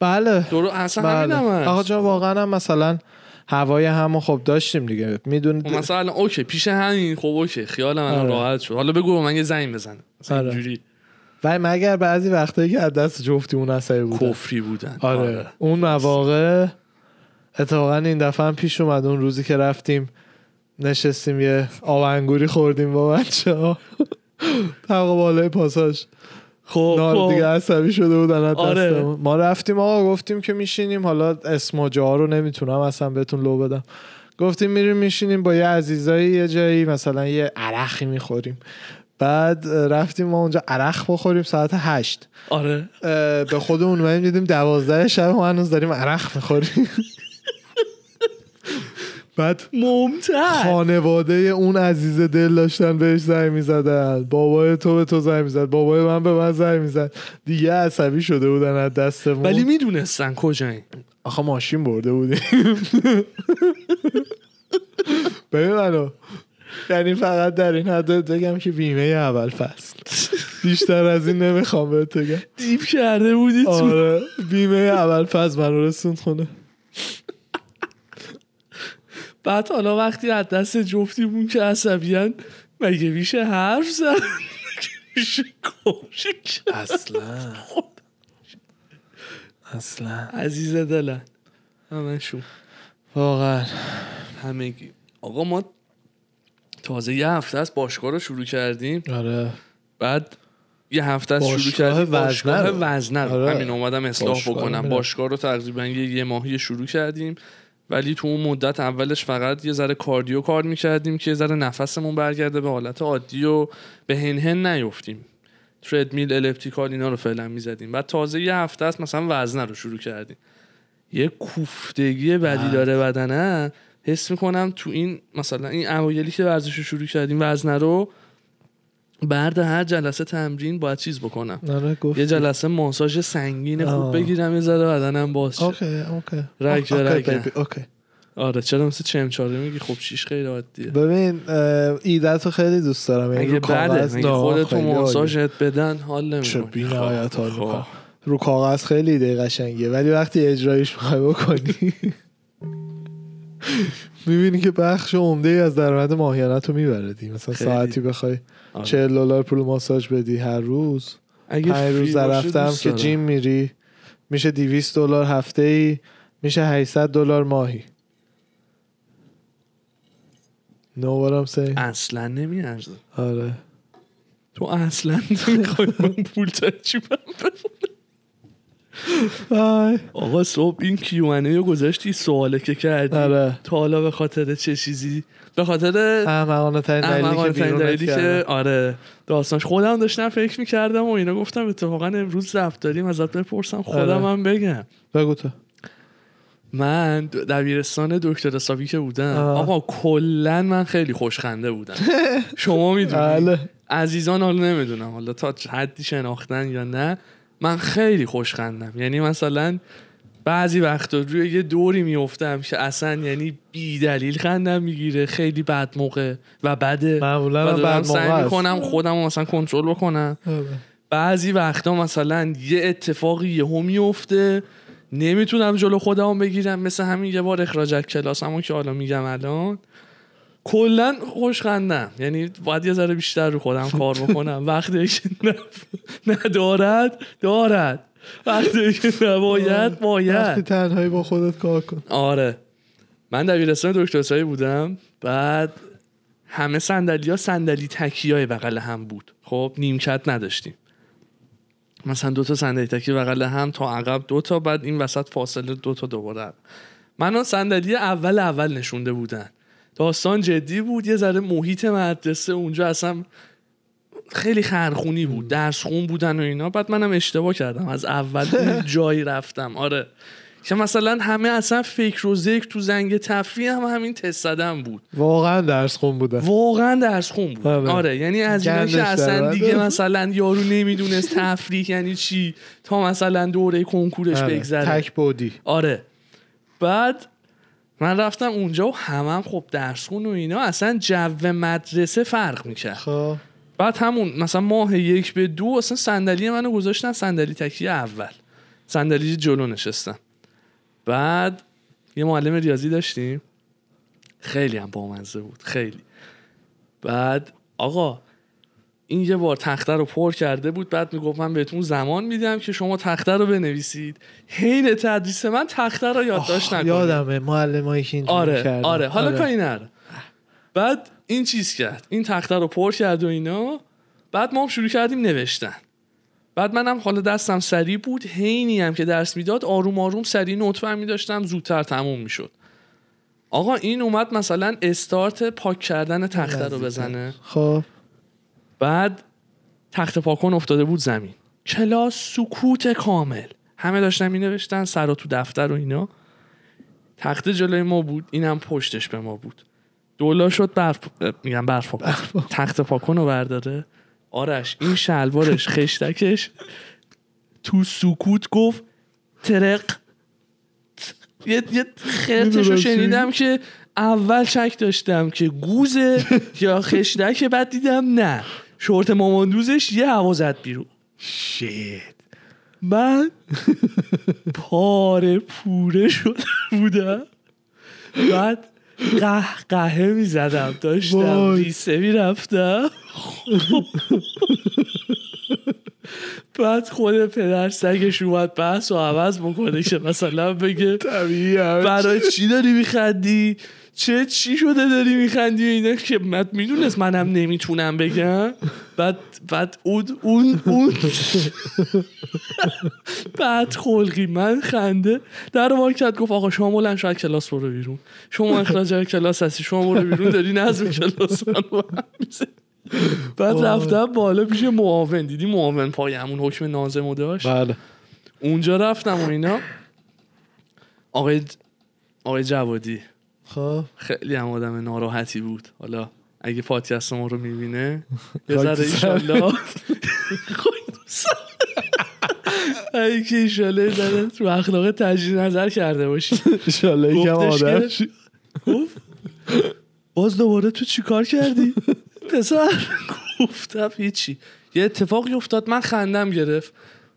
Speaker 2: بله
Speaker 1: درو اصلا همین
Speaker 2: بله
Speaker 1: هم هست.
Speaker 2: آقا جان واقعا هم مثلا هوای همو خب داشتیم دیگه
Speaker 1: خب
Speaker 2: میدونید
Speaker 1: مثلا الان اوکی پیش همین خب اوکی خیالم الان
Speaker 2: آره.
Speaker 1: راحت شد حالا بگو به من یه زنگ بزنه مثلا
Speaker 2: آره.
Speaker 1: اینجوری
Speaker 2: ولی مگر بعضی وقتایی که از دست جفتی اون اثری بود
Speaker 1: کفری بودن
Speaker 2: آره. اون مواقع اتفاقا این دفعه هم پیش اومد اون روزی که رفتیم نشستیم یه آب انگوری خوردیم با بچه <laughs> ها طبق بالای پاساش
Speaker 1: خب
Speaker 2: نار
Speaker 1: خب.
Speaker 2: دیگه عصبی شده بودن از
Speaker 1: آره.
Speaker 2: دستمون. ما رفتیم آقا گفتیم که میشینیم حالا اسم و جاها رو نمیتونم اصلا بهتون لو بدم گفتیم میریم میشینیم با یه عزیزایی یه جایی مثلا یه عرقی میخوریم بعد اه، رفتیم ما اونجا عرق بخوریم ساعت هشت
Speaker 1: آره
Speaker 2: اه، به خودمون اومدیم دیدیم دوازده شب ما هنوز داریم عرق میخوریم <laughs> بعد
Speaker 1: ممتاز
Speaker 2: خانواده اون عزیز دل داشتن بهش زنگ میزدن بابای تو به تو زنگ میزد بابای من به من زنگ میزد دیگه عصبی شده بودن از دستمون
Speaker 1: ولی میدونستن کجایی
Speaker 2: آخه ماشین برده بودیم <laughs> ببین منو یعنی فقط در این حد بهت بگم که بیمه اول فصل بیشتر از این نمیخوام بهت بگم
Speaker 1: دیپ کرده بودی تو
Speaker 2: آره بیمه اول فصل من رو رسوند خونه
Speaker 1: بعد حالا وقتی از دست جفتیمون که عصبیان مگه میشه حرف زد میشه کفری کرد؟
Speaker 2: اصلا اصلا
Speaker 1: عزیز دلن همشون
Speaker 2: واقعا
Speaker 1: همگی آقا ما تازه یه هفته از باشگاه رو شروع کردیم
Speaker 2: آره
Speaker 1: بعد یه هفته از شروع
Speaker 2: باشگاه
Speaker 1: کردیم
Speaker 2: وزنه
Speaker 1: باشگاه
Speaker 2: رو.
Speaker 1: وزنه رو
Speaker 2: آره.
Speaker 1: همین اومدم اصلاح
Speaker 2: باشگاه رو
Speaker 1: بکنم
Speaker 2: میرم.
Speaker 1: باشگاه رو تقریبا یه, یه ماهی شروع کردیم ولی تو اون مدت اولش فقط یه ذره کاردیو کار میکردیم که یه ذره نفسمون برگرده به حالت عادی و به هنهن نیفتیم تردمیل الپتیکال اینا رو فعلا میزدیم بعد تازه یه هفته است مثلا وزنه رو شروع کردیم یه کوفتگی بدی داره بدنه حس میکنم تو این مثلا این اوایلی که ورزش رو شروع کردیم وزنه رو بعد هر جلسه تمرین باید چیز بکنم
Speaker 2: آره گفت
Speaker 1: یه جلسه ماساژ سنگین خوب
Speaker 2: آه.
Speaker 1: بگیرم یه ذره بدنم باز شه
Speaker 2: اوکی اوکی
Speaker 1: رگ به رگ.
Speaker 2: اوکی، بیبی، اوکی
Speaker 1: آره چرا مثل چمچاره میگی خب چیش خیلی عادیه
Speaker 2: ببین اه، ایدت رو خیلی دوست دارم یعنی
Speaker 1: اگه
Speaker 2: رو
Speaker 1: بده
Speaker 2: کاغذ
Speaker 1: اگه
Speaker 2: نه،
Speaker 1: خودتو خب.
Speaker 2: خیلی عالی.
Speaker 1: ماساژت بدن حال
Speaker 2: چه
Speaker 1: نمیکنی
Speaker 2: بی‌نهایت حال
Speaker 1: خب.
Speaker 2: می‌کنم. رو کاغذ خیلی ایده قشنگیه ولی وقتی اجرایش میخوای بکنی <laughs> میبینی که بخش عمده از درآمد ماهیانه رو میبردی مثلا
Speaker 1: خیلی.
Speaker 2: ساعتی بخوای
Speaker 1: آره.
Speaker 2: 40 دلار پول ماساژ بدی هر روز
Speaker 1: اگه
Speaker 2: پنج
Speaker 1: فری
Speaker 2: روز
Speaker 1: باشه
Speaker 2: رفتم
Speaker 1: دوست
Speaker 2: که
Speaker 1: دارم.
Speaker 2: جیم میری میشه 200 دلار هفته ای میشه 800 دلار ماهی نو what I'm saying؟
Speaker 1: اصلا نمیارزه
Speaker 2: آره
Speaker 1: تو اصلا نمیخوای
Speaker 2: <laughs>
Speaker 1: من پول تا جیبم بدم.
Speaker 2: آی.
Speaker 1: آقا صبح این کیوانه رو گذاشتی سواله که کردی
Speaker 2: آره.
Speaker 1: تا حالا به خاطر چه چیزی به خاطر
Speaker 2: احمقانه ترین
Speaker 1: احمقانه
Speaker 2: دلیلی که
Speaker 1: ترین
Speaker 2: بیرونت
Speaker 1: دلیلی که
Speaker 2: کردن.
Speaker 1: آره داستانش خودم داشتم فکر میکردم و اینا گفتم اتفاقا امروز رفت داریم ازت بپرسم خودم
Speaker 2: آره.
Speaker 1: هم بگم
Speaker 2: بگو تو
Speaker 1: من د- دبیرستان دکتر حسابی که بودم
Speaker 2: آه.
Speaker 1: آقا کلا من خیلی خوشخنده
Speaker 2: <laughs>
Speaker 1: بودم شما میدونید
Speaker 2: بله
Speaker 1: عزیزان حالا نمیدونم حالا تا چه حدی شناختن یا نه من خیلی خوشخندم یعنی مثلا بعضی وقتا روی یه دوری میفتم که اصلا یعنی بی دلیل خندم میگیره خیلی بد موقع و بده
Speaker 2: معمولا
Speaker 1: و
Speaker 2: هم
Speaker 1: دارم
Speaker 2: بعد موقع
Speaker 1: سعی
Speaker 2: است.
Speaker 1: میکنم خودم رو مثلا کنترل بکنم
Speaker 2: آره.
Speaker 1: بعضی وقتا مثلا یه اتفاقی یهو میفته نمیتونم جلو خودم بگیرم مثل همین یه بار اخراجت کلاسمو که حالا میگم الان کلا خوشخندم یعنی باید یه ذره بیشتر رو خودم کار
Speaker 2: <laughs>
Speaker 1: بکنم وقتی که نف- ندارد دارد وقتی که نباید
Speaker 2: وقتی
Speaker 1: باید
Speaker 2: تنهایی با خودت کار کن
Speaker 1: آره من دبیرستان دکتر سایی بودم بعد همه صندلی ها صندلی تکی های بغل هم بود خب نیمکت نداشتیم مثلا دو تا صندلی تکی بغل هم تا عقب دو تا بعد این وسط فاصله دو تا دوباره عقب. منو صندلی اول اول نشونده بودن داستان جدی بود یه ذره محیط مدرسه اونجا اصلا خیلی خرخونی بود درس خون بودن و اینا بعد منم اشتباه کردم از اول
Speaker 2: <laughs>
Speaker 1: اون جایی رفتم آره که مثلا همه اصلا فکر و ذکر تو زنگ تفریح هم همین تست زدن بود
Speaker 2: بله. واقعا درس خون بودن
Speaker 1: واقعا درس خون بود
Speaker 2: آره.
Speaker 1: آره یعنی از اینا
Speaker 2: گندش
Speaker 1: که اصلا
Speaker 2: درآمد.
Speaker 1: دیگه مثلا یارو نمیدونست تفریح یعنی چی تا مثلا دوره کنکورش
Speaker 2: آره.
Speaker 1: بگذره
Speaker 2: تک بودی
Speaker 1: آره بعد من رفتم اونجا و همم خب درس خون و اینا اصلا جو مدرسه فرق میکرد
Speaker 2: خب
Speaker 1: بعد همون مثلا ماه یک به دو اصلا صندلی منو گذاشتن صندلی تکیه اول صندلی جلو نشستم بعد یه معلم ریاضی داشتیم خیلی هم بامزه بود خیلی بعد آقا این یه بار تخته رو پر کرده بود بعد میگفت من بهتون زمان میدم که شما تخته رو بنویسید حین تدریس من تخته رو یادداشت
Speaker 2: آه،
Speaker 1: نکنید
Speaker 2: یادمه معلم هایی که اینجوری
Speaker 1: آره
Speaker 2: می‌کردن.
Speaker 1: آره حالا کاری نره بعد این چیز کرد این تخته رو پر کرد و اینا بعد ما هم شروع کردیم نوشتن بعد منم حالا دستم سریع بود هینی هم که درس میداد آروم آروم سریع نطفه هم میداشتم زودتر تموم میشد آقا این اومد مثلا استارت پاک کردن تخته رو بزنه
Speaker 2: خب
Speaker 1: بعد تخت پاکن افتاده بود زمین کلاس سکوت کامل همه داشتن می نوشتن سرا تو دفتر و اینا تخت جلوی ما بود اینم پشتش به ما بود دولا شد برف اه، میگم برف پاکن. تخت پاکن رو برداره آرش این شلوارش خشتکش تو سکوت گفت ترق یه, یه خرتش
Speaker 2: می‌دونم
Speaker 1: رو
Speaker 2: چی
Speaker 1: شنیدم که اول شک داشتم که گوزه یا خشتکه بعد دیدم نه شورت ماماندوزش یه هوا زد بیرون
Speaker 2: شیت
Speaker 1: من پاره پوره شده بودم بعد قهقهه می زدم داشتم
Speaker 2: وای.
Speaker 1: ریسه می رفتم بعد خود پدر سگش اومد بحث و عوض بکنه که مثلا بگه
Speaker 2: طبیعی
Speaker 1: برای چی داری میخندی چه چی شده داری میخندی و اینا که من میدونست منم نمیتونم بگم بعد بعد اون اون اون بعد خلقی من خنده در رو کرد گفت آقا شما بلند شو از کلاس برو بیرون شما اخراج از کلاس هستی شما برو بیرون داری نظم کلاس من رو هم می‌زنی. بعد رفتم بالا پیش معاون دیدی معاون پای همون حکم نازم رو داشت
Speaker 2: بله
Speaker 1: اونجا رفتم و اینا آقای آقای جوادی
Speaker 2: خب
Speaker 1: خیلی هم آدم ناراحتی بود حالا اگه پادکست ما رو میبینه یه
Speaker 2: خاک
Speaker 1: ذره
Speaker 2: تو سرت.
Speaker 1: ایشالله خاک تو سرت. اگه که ایشالله یه ذره تو اخلاق تجدید نظر کرده باشی
Speaker 2: انشالله یکم
Speaker 1: گفتش
Speaker 2: آدم
Speaker 1: که- گفت باز دوباره تو چیکار <laughs> کردی پسر گفتم هیچی یه اتفاقی افتاد من خندم گرفت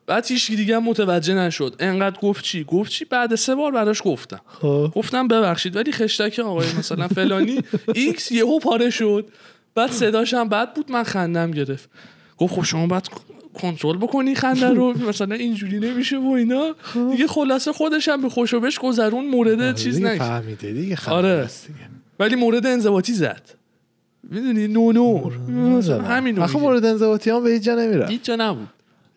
Speaker 1: بعد هیچ دیگه هم متوجه نشد انقدر گفت چی گفت چی بعد سه بار براش گفتم
Speaker 2: خب
Speaker 1: گفتم ببخشید ولی خشتک آقای مثلا فلانی ایکس یهو پاره شد بعد صداش هم بد بود من خندم گرفت گفت خب شما باید کنترل بکنی خنده رو مثلا اینجوری نمیشه و اینا دیگه خلاصه خودش هم به خوشوبش گذرون مورد چیز
Speaker 2: آره دیگه
Speaker 1: نشه
Speaker 2: فهمیده دیگه خنده
Speaker 1: آره.
Speaker 2: است دیگه.
Speaker 1: ولی مورد انضباطی زد میدونی نونور مثلا همین
Speaker 2: آخه مورد انضباطی هم به هیچ جا نمیره
Speaker 1: هیچ جا نبود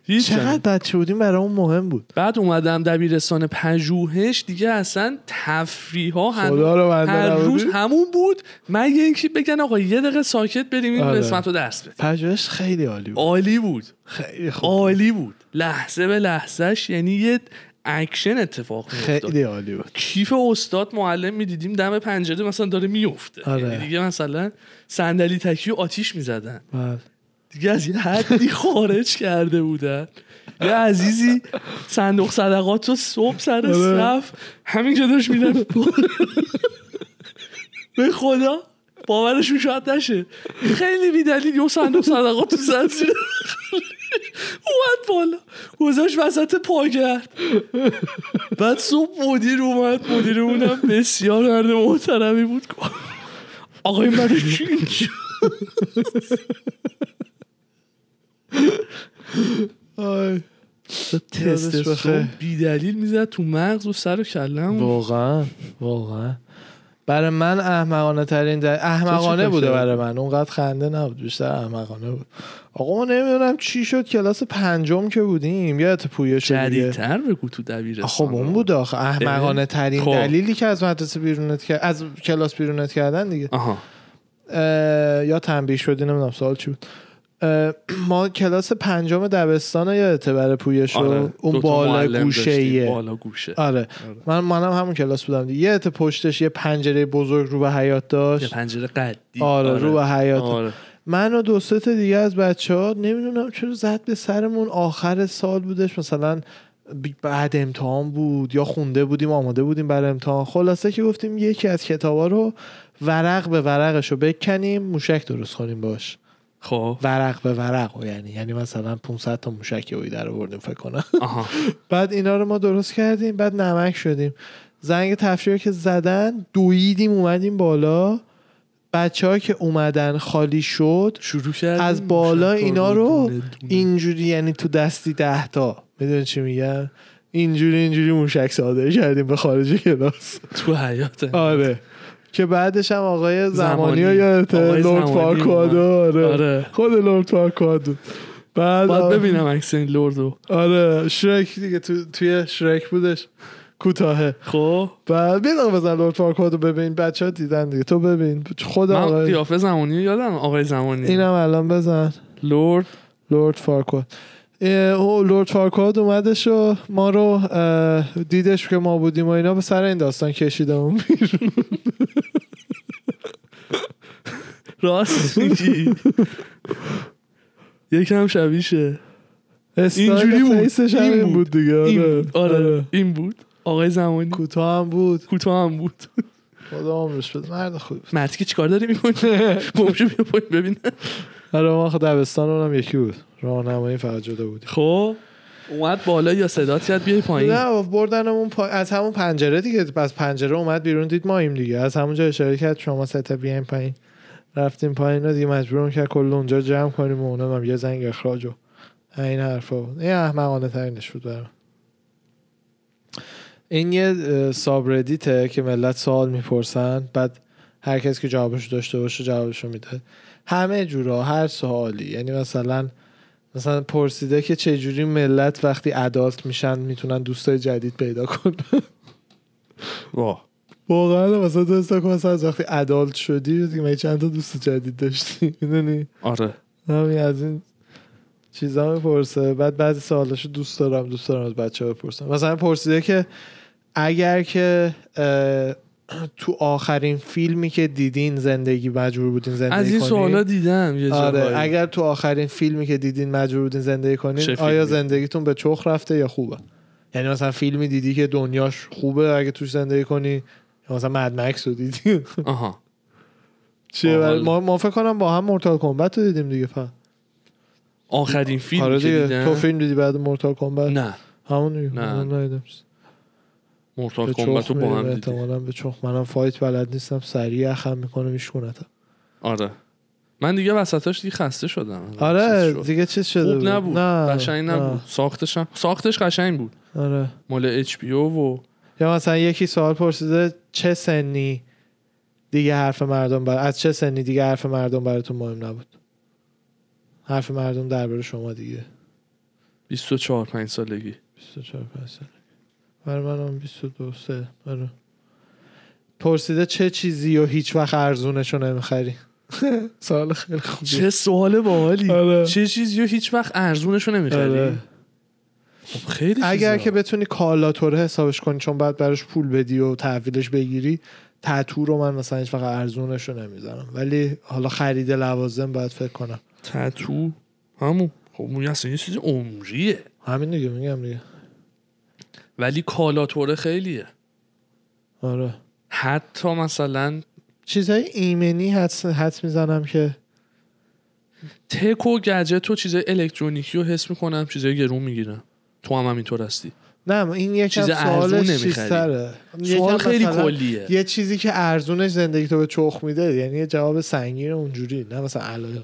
Speaker 1: هیچ جا
Speaker 2: چقدر بچه بودیم برای اون مهم بود
Speaker 1: بعد اومدم دبیرستان پژوهش دیگه اصلا تفریح ها
Speaker 2: خدا رو بنده
Speaker 1: هر
Speaker 2: نبودی؟
Speaker 1: روز همون بود مگه اینکه بگن آقا یه دقیقه ساکت بریم این
Speaker 2: آره.
Speaker 1: قسمت رو درس بده
Speaker 2: پژوهش خیلی عالی بود
Speaker 1: عالی بود
Speaker 2: خیلی خوب
Speaker 1: عالی بود لحظه به لحظهش یعنی یه اکشن اتفاق می‌افتاد
Speaker 2: خیلی عالی بود
Speaker 1: کیف استاد معلم میدیدیم دم پنجره مثلا داره میفته
Speaker 2: آره.
Speaker 1: یعنی دیگه مثلا صندلی تکی و آتیش میزدن
Speaker 2: بله.
Speaker 1: دیگه از یه حدی خارج کرده بودن یه عزیزی صندوق صدقات رو صبح سر
Speaker 2: آره.
Speaker 1: صف همین که داشت میرفت به خدا باورشون شاید نشه خیلی بیدلیل یه صندوق صدقات تو سر زیر اومد بالا گذاشت وسط پاگرد بعد صبح مدیر اومد مدیر اونم بسیار مرد محترمی بود گفت، آقای من چی اینجا؟
Speaker 2: آی.
Speaker 1: تست
Speaker 2: یادش بخیر.
Speaker 1: صبح بیدلیل میزد تو مغز و سر و کلم
Speaker 2: واقعا واقعا برای من احمقانه ترین در... احمقانه
Speaker 1: فکر
Speaker 2: بوده
Speaker 1: کردی؟
Speaker 2: برای من اونقدر خنده نبود بیشتر احمقانه بود آقا ما نمیدونم چی شد کلاس پنجم که بودیم یادت پویه شد دیگه؟
Speaker 1: جدیدتر بگو تو دبیرستان
Speaker 2: خب اون بود آخه احمقانه ترین
Speaker 1: خب.
Speaker 2: دلیلی که از مدرسه بیرونت کرد از کلاس بیرونت کردن دیگه
Speaker 1: آها
Speaker 2: اه، یا تنبیه شدی نمیدونم سوال چی بود اه، ما کلاس پنجم دبستان یادته برای پویش رو؟
Speaker 1: آره.
Speaker 2: اون
Speaker 1: دوتا
Speaker 2: بالا
Speaker 1: معلم داشتیم.
Speaker 2: گوشه
Speaker 1: بالا گوشه
Speaker 2: آره من منم همون کلاس بودم دیگه یه ته پشتش یه پنجره بزرگ رو به حیات
Speaker 1: یه
Speaker 2: داشت
Speaker 1: پنجره قدی
Speaker 2: آره, رو به حیات
Speaker 1: آره.
Speaker 2: من و دو سه تا دیگه از بچه ها نمیدونم چرا زد به سرمون آخر سال بودش مثلا ب- بعد امتحان بود یا خونده بودیم آماده بودیم برای امتحان خلاصه که گفتیم یکی از کتابا رو ورق به ورقش رو بکنیم موشک درست کنیم باش
Speaker 1: خب
Speaker 2: ورق به ورق و یعنی یعنی مثلا 500 تا موشک یهویی در آوردیم فکر کنم <laughs>
Speaker 1: آها
Speaker 2: بعد اینا رو ما درست کردیم بعد نمک شدیم زنگ تفریح رو که زدن دویدیم اومدیم بالا بچه ها که اومدن خالی شد
Speaker 1: شروع کرد
Speaker 2: از بالا اینا رو
Speaker 1: دونه دونه.
Speaker 2: اینجوری یعنی تو دستی ده تا میدونی چی میگم اینجوری اینجوری موشک ساده کردیم به خارج کلاس
Speaker 1: تو حیات
Speaker 2: آره که بعدش هم آقای زمانی رو
Speaker 1: زمانی.
Speaker 2: یادته
Speaker 1: آقای
Speaker 2: لورد
Speaker 1: زمانی
Speaker 2: پارکوادو آره.
Speaker 1: آره.
Speaker 2: خود لورد پارکوادو بعد
Speaker 1: باید
Speaker 2: آ-
Speaker 1: ببینم عکس این لردو
Speaker 2: آره شرک دیگه تو توی شرک بودش کوتاهه
Speaker 1: خب
Speaker 2: بعد بیا آقا بزن لورد پارکوادو ببین بچه ها دیدن دیگه تو ببین خود
Speaker 1: من
Speaker 2: آقای
Speaker 1: قیافه زمانی رو یادم آقای زمانی
Speaker 2: اینم الان بزن
Speaker 1: لرد
Speaker 2: لورد فارکواد اه، او لورد فارکواد اومدش و ما رو اه، دیدش که ما بودیم و اینا به سر این داستان کشیدمون <laughs>
Speaker 1: راست میگی
Speaker 2: <laughs>
Speaker 1: یکم شبیشه اینجوری بود.
Speaker 2: فیسش هم
Speaker 1: این
Speaker 2: این
Speaker 1: بود.
Speaker 2: بود دیگه
Speaker 1: این
Speaker 2: آره
Speaker 1: بود آره این بود آقای زمانی
Speaker 2: کوتاه هم بود
Speaker 1: کوتاه هم بود
Speaker 2: خدا عمرش بده مرد خوبی بود
Speaker 1: مرتی که چیکار داری میکنی بمشه بیا پایین ببین
Speaker 2: آره ما آخه دبستان اونم یکی بود راهنمایی فقط جدا بودیم
Speaker 1: خب اومد بالا یا صدات کرد بیای پایین
Speaker 2: نه بردنمون پا... از همون پنجره دیگه از پنجره اومد بیرون دید ما ایم دیگه از همونجا اشاره کرد شما ستا بیایم پایین رفتیم پایین رو دیگه مجبورم کرد کل اونجا جمع کنیم و اونم هم یه زنگ اخراج و این حرفا بود این احمقانه ترینش بود برام این یه اه، سابردیته که ملت سوال میپرسن بعد هر کسی که جوابش داشته باشه جوابش رو میده همه جورا هر سوالی یعنی مثلا مثلا پرسیده که چه جوری ملت وقتی ادالت میشن میتونن دوستای جدید پیدا کنن <laughs>
Speaker 1: واه
Speaker 2: واقعا مثلا تو حساب کن مثلا از وقتی ادالت شدی دیگه مگه چند تا دوست جدید داشتی <laughs> میدونی
Speaker 1: آره
Speaker 2: همین از این چیزا میپرسه بعد بعضی سوالاشو دوست دارم دوست دارم از بچه ها بپرسم مثلا پرسیده که اگر که اه، <clears throat> تو آخرین فیلمی که دیدین زندگی مجبور بودین زندگی
Speaker 1: از این
Speaker 2: کنین،
Speaker 1: سوالا دیدم یه
Speaker 2: آره
Speaker 1: جاهایی
Speaker 2: اگر تو آخرین فیلمی که دیدین مجبور بودین زندگی
Speaker 1: چه
Speaker 2: کنین
Speaker 1: فیلمی؟
Speaker 2: آیا زندگیتون به چخ رفته یا خوبه یعنی مثلا فیلمی دیدی که دنیاش خوبه اگه توش زندگی کنی یا مثلا مد مکس رو دیدی <laughs>
Speaker 1: آها
Speaker 2: چیه
Speaker 1: باحال.
Speaker 2: ما, ما فکر کنم با هم مورتال کمبت رو دیدیم دیگه فقط
Speaker 1: آخرین فیلم
Speaker 2: آره
Speaker 1: که
Speaker 2: دیگه تو
Speaker 1: دیدم
Speaker 2: فیلم دیدی بعد مورتال کمبت
Speaker 1: نه
Speaker 2: همون دیگه.
Speaker 1: نه.
Speaker 2: من ندیدم.
Speaker 1: مورتال
Speaker 2: به
Speaker 1: کمبت
Speaker 2: چخ
Speaker 1: رو با
Speaker 2: می‌ریم
Speaker 1: هم دیدیم
Speaker 2: احتمالاً به چخ منم فایت بلد نیستم سریع اخم میکنه میشکونتم
Speaker 1: آره من دیگه وسطاش دیگه خسته شدم چیز
Speaker 2: آره
Speaker 1: شد.
Speaker 2: دیگه چیز شده
Speaker 1: خوب
Speaker 2: بود
Speaker 1: نبود
Speaker 2: نه
Speaker 1: قشنگ
Speaker 2: نه.
Speaker 1: نبود ساختش هم- ساختش قشنگ بود
Speaker 2: آره
Speaker 1: مال اچ پی او و
Speaker 2: یا مثلا یکی سوال پرسیده چه سنی دیگه حرف مردم بر... از چه سنی دیگه حرف مردم براتون مهم نبود حرف مردم درباره شما دیگه
Speaker 1: 24 5 سالگی
Speaker 2: 24 پنج سال برای من هم 22 سه آره پرسیده چه چیزی و هیچ وقت ارزونشو نمیخری <laughs> سوال خیلی خوبی
Speaker 1: چه سوال باحالی
Speaker 2: آره.
Speaker 1: چه چیزی رو هیچ وقت ارزونشو نمیخری
Speaker 2: آره.
Speaker 1: خیلی چیزا.
Speaker 2: اگر که بتونی کالاتوره حسابش کنی چون بعد براش پول بدی و تحویلش بگیری تتو رو من مثلا هیچ وقت ارزونش رو نمیزنم ولی حالا خرید لوازم باید فکر کنم
Speaker 1: تتو همون خب اون اصلا یه چیز عمریه
Speaker 2: همین دیگه میگم دیگه
Speaker 1: ولی کالاتوره خیلیه
Speaker 2: آره
Speaker 1: حتی مثلا
Speaker 2: چیزهای ایمنی حدس, حدس میزنم که
Speaker 1: تک و گجت و چیز الکترونیکی رو حس میکنم چیزای گرون میگیرم تو هم همینطور هستی
Speaker 2: نه این یکم
Speaker 1: چیز ارزون
Speaker 2: سوالش
Speaker 1: نمی‌خری.
Speaker 2: چیزتره
Speaker 1: سوال
Speaker 2: یکم
Speaker 1: خیلی
Speaker 2: مثلا
Speaker 1: کلیه
Speaker 2: یه چیزی که ارزونش زندگی تو به چخ میده یعنی یه جواب سنگین اونجوری نه مثلا علاقه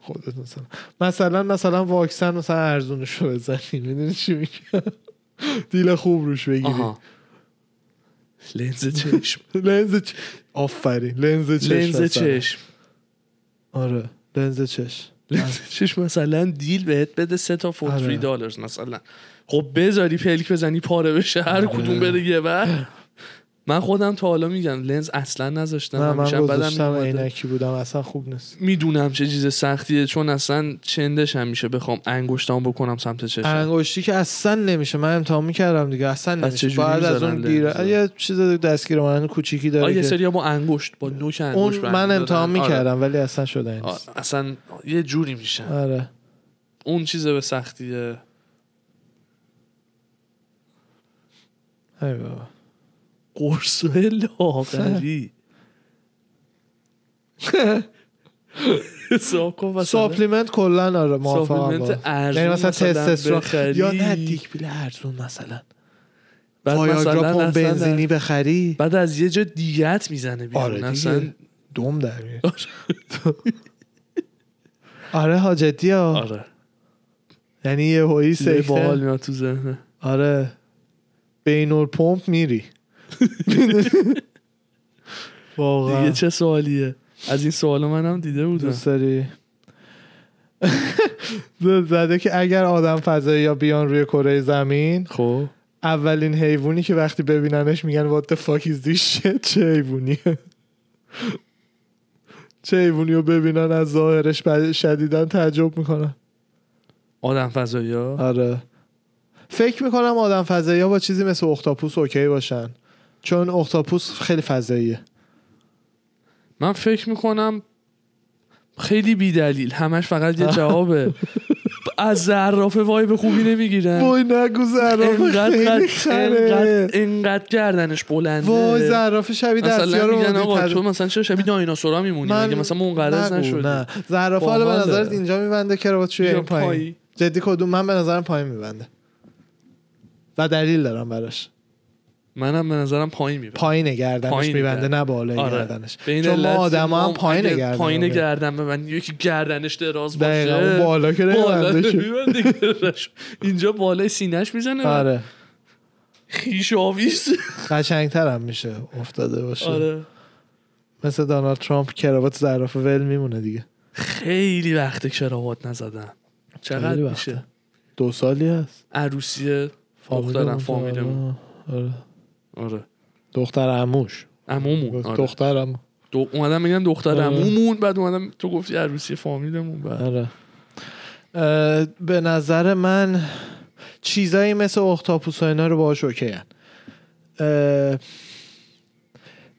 Speaker 2: خودت مثلا مثلا مثلا واکسن مثلا ارزونش رو بزنی میدونی چی میگم دیل خوب روش بگیری
Speaker 1: آها لنز
Speaker 2: <laughs>
Speaker 1: چشم
Speaker 2: لنز چ... آفرین لنز چشم
Speaker 1: لنز
Speaker 2: مثلا.
Speaker 1: چشم
Speaker 2: آره لنز چشم
Speaker 1: لنز چشم مثلا دیل بهت بده سه تا فور
Speaker 2: آره.
Speaker 1: 3 دلار مثلا خب بذاری پلک بزنی پاره بشه
Speaker 2: آره.
Speaker 1: هر کدوم بره یه بر من خودم تا حالا میگم لنز اصلا نذاشتم
Speaker 2: نه من
Speaker 1: همیشه بدم
Speaker 2: گذاشتم
Speaker 1: می‌اومده.
Speaker 2: عینکی بودم اصلا خوب نیست
Speaker 1: میدونم چه چیز سختیه چون اصلا چندش هم میشه بخوام انگشتام بکنم سمت چشم
Speaker 2: انگشتی که اصلا نمیشه من امتحان میکردم دیگه اصلا نمیشه
Speaker 1: چجوری
Speaker 2: بعد از
Speaker 1: می‌ذارن
Speaker 2: اون گیر
Speaker 1: لنز رو؟
Speaker 2: یه چیز دستگیر مانند کوچیکی
Speaker 1: آه،
Speaker 2: داره
Speaker 1: یه
Speaker 2: که-
Speaker 1: سری با انگشت با نوک انگشت
Speaker 2: اون
Speaker 1: برمی
Speaker 2: من
Speaker 1: دارن.
Speaker 2: امتحان
Speaker 1: آره.
Speaker 2: میکردم ولی اصلا شده
Speaker 1: آه،
Speaker 2: نیست
Speaker 1: اصلا یه جوری میشه
Speaker 2: آره
Speaker 1: اون چیز به سختیه
Speaker 2: ای بابا.
Speaker 1: قرص
Speaker 2: <laughs>
Speaker 1: لاغری حساب کن مثلا
Speaker 2: ساپلیمنت کلا آره موافقم
Speaker 1: ساپلیمنت
Speaker 2: با.
Speaker 1: ارزون
Speaker 2: یعنی مثلا تستوسترون
Speaker 1: بخری.
Speaker 2: یا نه دیک بیل ارزون مثلا
Speaker 1: بعد
Speaker 2: وایاگرا
Speaker 1: مثلا
Speaker 2: پمپ
Speaker 1: اصلا
Speaker 2: بنزینی بخری
Speaker 1: بعد از یه جا دیت میزنه بیرون
Speaker 2: آره
Speaker 1: اصلا
Speaker 2: دیگه دوم در میاد. آره ها جدی ها
Speaker 1: آره
Speaker 2: یعنی یه هایی
Speaker 1: چیزای باحال
Speaker 2: سکته
Speaker 1: میاد تو ذهنه
Speaker 2: آره بینور پمپ میری واقعا
Speaker 1: دیگه چه سوالیه از این سوالا منم دیده بودم
Speaker 2: دوست داری <laughs> زده که اگر آدم فضایی یا بیان روی کره زمین
Speaker 1: خب
Speaker 2: اولین حیوانی که وقتی ببیننش میگن what the fuck is this shit چه حیوانیه چه حیوانی رو ببینن از ظاهرش ب- شدیدا تعجب میکنن
Speaker 1: آدم فضایی ها
Speaker 2: آره فکر میکنم آدم فضایی ها با چیزی مثل اختاپوس اوکی باشن چون اختاپوس خیلی فضاییه
Speaker 1: من فکر میکنم خیلی بیدلیل همش فقط یه جوابه از زرافه وای به خوبی نمیگیرن
Speaker 2: وای نگو زرافه
Speaker 1: انقدر
Speaker 2: خیلی
Speaker 1: انقدر
Speaker 2: خره
Speaker 1: انقدر گردنش بلنده
Speaker 2: وای زرافه شبیه
Speaker 1: مثلا
Speaker 2: دستیار رو
Speaker 1: میگن
Speaker 2: آوردی.
Speaker 1: آقا
Speaker 2: پر-
Speaker 1: تو مثلا چرا شبیه دایناسورا میمونی
Speaker 2: من-
Speaker 1: مگه مثلا منقرض
Speaker 2: نگو، نه
Speaker 1: نشدی
Speaker 2: زرافه حالا به
Speaker 1: باحاله.
Speaker 2: نظرت اینجا میبنده کراوات
Speaker 1: بیا
Speaker 2: این پایین
Speaker 1: پایی.
Speaker 2: جدی کدوم من به نظرم پایین میبنده و دلیل دارم براش
Speaker 1: منم به نظرم پایین میبرم
Speaker 2: پایین گردنش
Speaker 1: پایین
Speaker 2: میبنده
Speaker 1: گردن.
Speaker 2: نه بالای
Speaker 1: آره.
Speaker 2: گردنش
Speaker 1: به این
Speaker 2: چون ما
Speaker 1: علت
Speaker 2: آدما هم
Speaker 1: ما
Speaker 2: پایین
Speaker 1: اگه
Speaker 2: گردن
Speaker 1: پایین
Speaker 2: رو داریم.
Speaker 1: گردن ببندی یکی گردنش دراز
Speaker 2: دقیقاً،
Speaker 1: باشه
Speaker 2: اون بالا که
Speaker 1: بالا <laughs>
Speaker 2: نمیبنده که.
Speaker 1: نمی‌بنده گردنش. اینجا بالای سینهش میزنه
Speaker 2: آره
Speaker 1: خیش آویز
Speaker 2: قشنگتر هم میشه افتاده باشه
Speaker 1: آره
Speaker 2: مثل دونالد ترامپ کراوات زرافه ول میمونه دیگه
Speaker 1: خیلی وقت کراوات نزدم
Speaker 2: خیلی
Speaker 1: چقدر
Speaker 2: وقته.
Speaker 1: میشه
Speaker 2: دو سالی هست
Speaker 1: عروسی دخترم
Speaker 2: فامیلمون.
Speaker 1: فامیلمون
Speaker 2: آره.
Speaker 1: آره
Speaker 2: دختر عموش
Speaker 1: عمومون آره.
Speaker 2: دخترم
Speaker 1: دو... اومدم میگم دختر
Speaker 2: آره.
Speaker 1: عمومون بعد اومدم تو گفتی عروسی فامیلمون بعد
Speaker 2: آره اه، به نظر من چیزایی مثل اختاپوس و اینا رو باهاش اوکی هن. اه،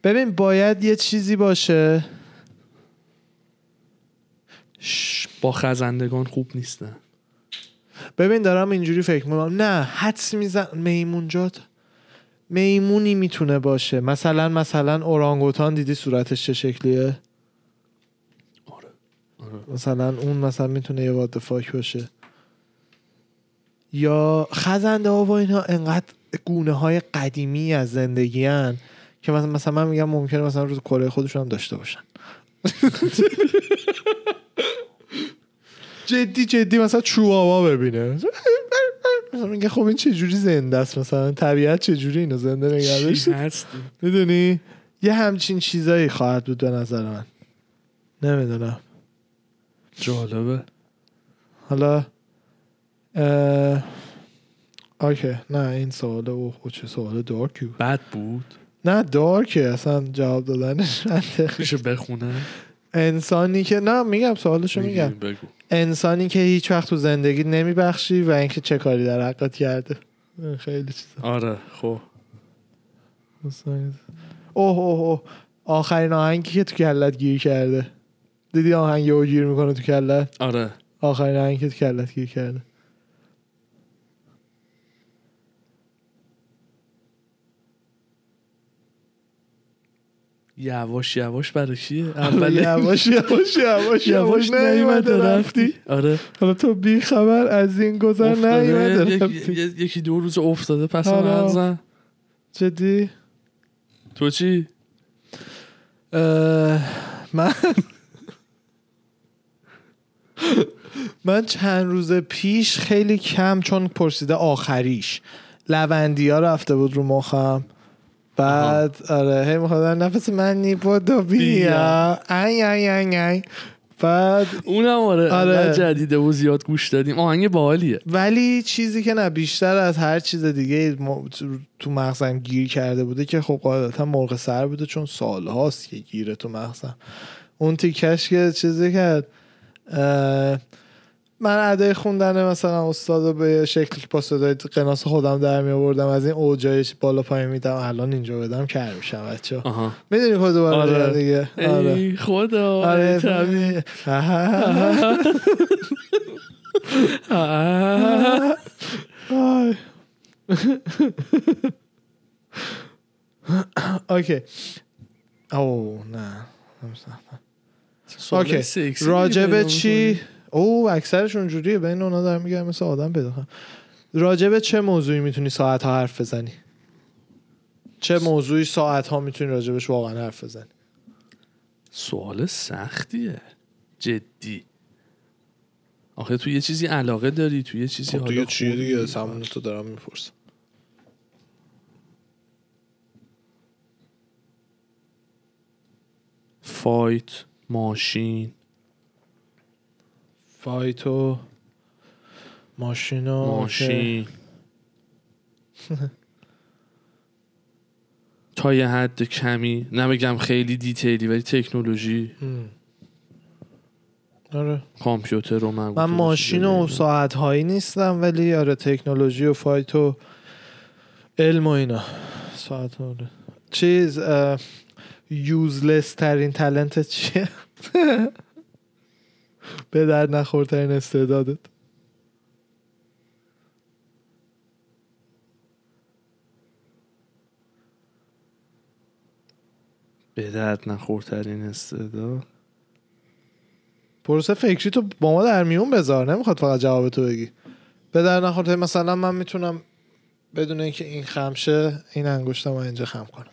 Speaker 2: ببین باید یه چیزی باشه ش-
Speaker 1: با خزندگان خوب نیستن
Speaker 2: ببین دارم اینجوری فکر میکنم نه حدس میزن میمونجات میمونی میتونه باشه مثلا مثلا اورانگوتان دیدی صورتش چه شکلیه
Speaker 1: آره آره
Speaker 2: مثلا اون مثلا میتونه یه واد فاک باشه یا خزنده ها و اینا انقدر گونه های قدیمی از زندگی هن که مثلا مثلا من میگم ممکنه مثلا روز کره خودشون هم داشته باشن <laughs> جدی جدی مثلا چوباوا ببینه مثلا میگه خب این چه جوری زنده است مثلا طبیعت چه جوری اینو زنده نگه
Speaker 1: چی
Speaker 2: داشته
Speaker 1: هستی
Speaker 2: میدونی یه همچین چیزایی خواهد بود به نظر من نمیدونم
Speaker 1: جالبه
Speaker 2: حالا اه... اوکی نه این سوال او خب چه سوال دارکی بود
Speaker 1: بد بود
Speaker 2: نه دارکه اصلا جواب دادنش منطقی.
Speaker 1: میشه بخونم
Speaker 2: انسانی که نه میگم سوالشو میگم
Speaker 1: می‌گی، بگو
Speaker 2: انسانی که هیچ وقت تو زندگی نمیبخشی و اینکه چه کاری در حقت کرده خیلی چیزا
Speaker 1: آره خب
Speaker 2: اوه اوه اوه آخرین آهنگی که تو کلت گیر کرده دیدی آهنگ یهو گیر میکنه تو کلت
Speaker 1: آره
Speaker 2: آخرین آهنگی که تو کلت گیر کرده
Speaker 1: یواش یواش برای کیه
Speaker 2: اول
Speaker 1: اول
Speaker 2: آره، یواش یواش یواش یواش نیومده رفتی
Speaker 1: آره
Speaker 2: حالا تو بی خبر از این گذر
Speaker 1: افتاده.
Speaker 2: نیومده
Speaker 1: یک-
Speaker 2: رفتی
Speaker 1: یک- یکی دو روز افتاده پس
Speaker 2: آره.
Speaker 1: من زن
Speaker 2: جدی
Speaker 1: تو چی
Speaker 2: اه، من من چند روز پیش خیلی کم چون پرسیده آخریش لوندیا رفته بود رو مخم بعد آره هی میخوادن نفس منی بودو بیا
Speaker 1: بیا.
Speaker 2: ای ای ای ای بعد
Speaker 1: اونم آره
Speaker 2: آره.
Speaker 1: آره جدیده و زیاد گوش دادیم آهنگ باحالیه
Speaker 2: ولی چیزی که نه بیشتر از هر چیز دیگه م- تو- تو مغزم گیر کرده بوده که خب قاعدتا مرغ سر بوده چون سالهاست که گیره تو مغزم اون تیکش که چیزی کرد اه، من ادای خوندن مثلا استاد رو به شکلی که با صدای قناس خودم در می آوردم از این اوجایش بالا پایین میدم الان اینجا بدم کر میشم بچه
Speaker 1: آها
Speaker 2: میدونی کد دوباره
Speaker 1: آره.
Speaker 2: آره. دیگه آره
Speaker 1: ای خدا
Speaker 2: آره
Speaker 1: ای طبیعی. آه.
Speaker 2: آی. اوکی او نه
Speaker 1: سوال
Speaker 2: اوکی.
Speaker 1: سکسی
Speaker 2: راجب
Speaker 1: پیدا
Speaker 2: چی
Speaker 1: می‌کنی؟
Speaker 2: او اکثرش اونجوریه بین اونا دارم میگم مثل آدم پیدا کنم راجب چه موضوعی میتونی ساعت ها حرف بزنی چه موضوعی ساعت ها میتونی راجبش واقعا حرف بزنی
Speaker 1: سوال سختیه جدی آخه تو یه چیزی علاقه داری خب، تو یه چیزی
Speaker 2: خب
Speaker 1: حالا خوبی.
Speaker 2: تو دارم میپرسم
Speaker 1: فایت ماشین
Speaker 2: فایت و ماشین و
Speaker 1: ماشین <laughs> تا یه حد کمی نمیگم خیلی دیتیلی ولی تکنولوژی
Speaker 2: هم. آره
Speaker 1: کامپیوتر و
Speaker 2: من ماشین و
Speaker 1: سا...
Speaker 2: ساعت هایی نیستم ولی آره تکنولوژی و فایت و علم و اینا ساعت ها آره. چیز یوزلس ترین تلنت چیه <laughs> به در نخورترین استعدادت
Speaker 1: به درد نخورترین استعداد
Speaker 2: پروسه فکری تو با ما در میون بذار نمیخواد فقط جواب تو بگی به در نخورده مثلا من میتونم بدون اینکه این خمشه این انگشتم رو اینجا خم کنم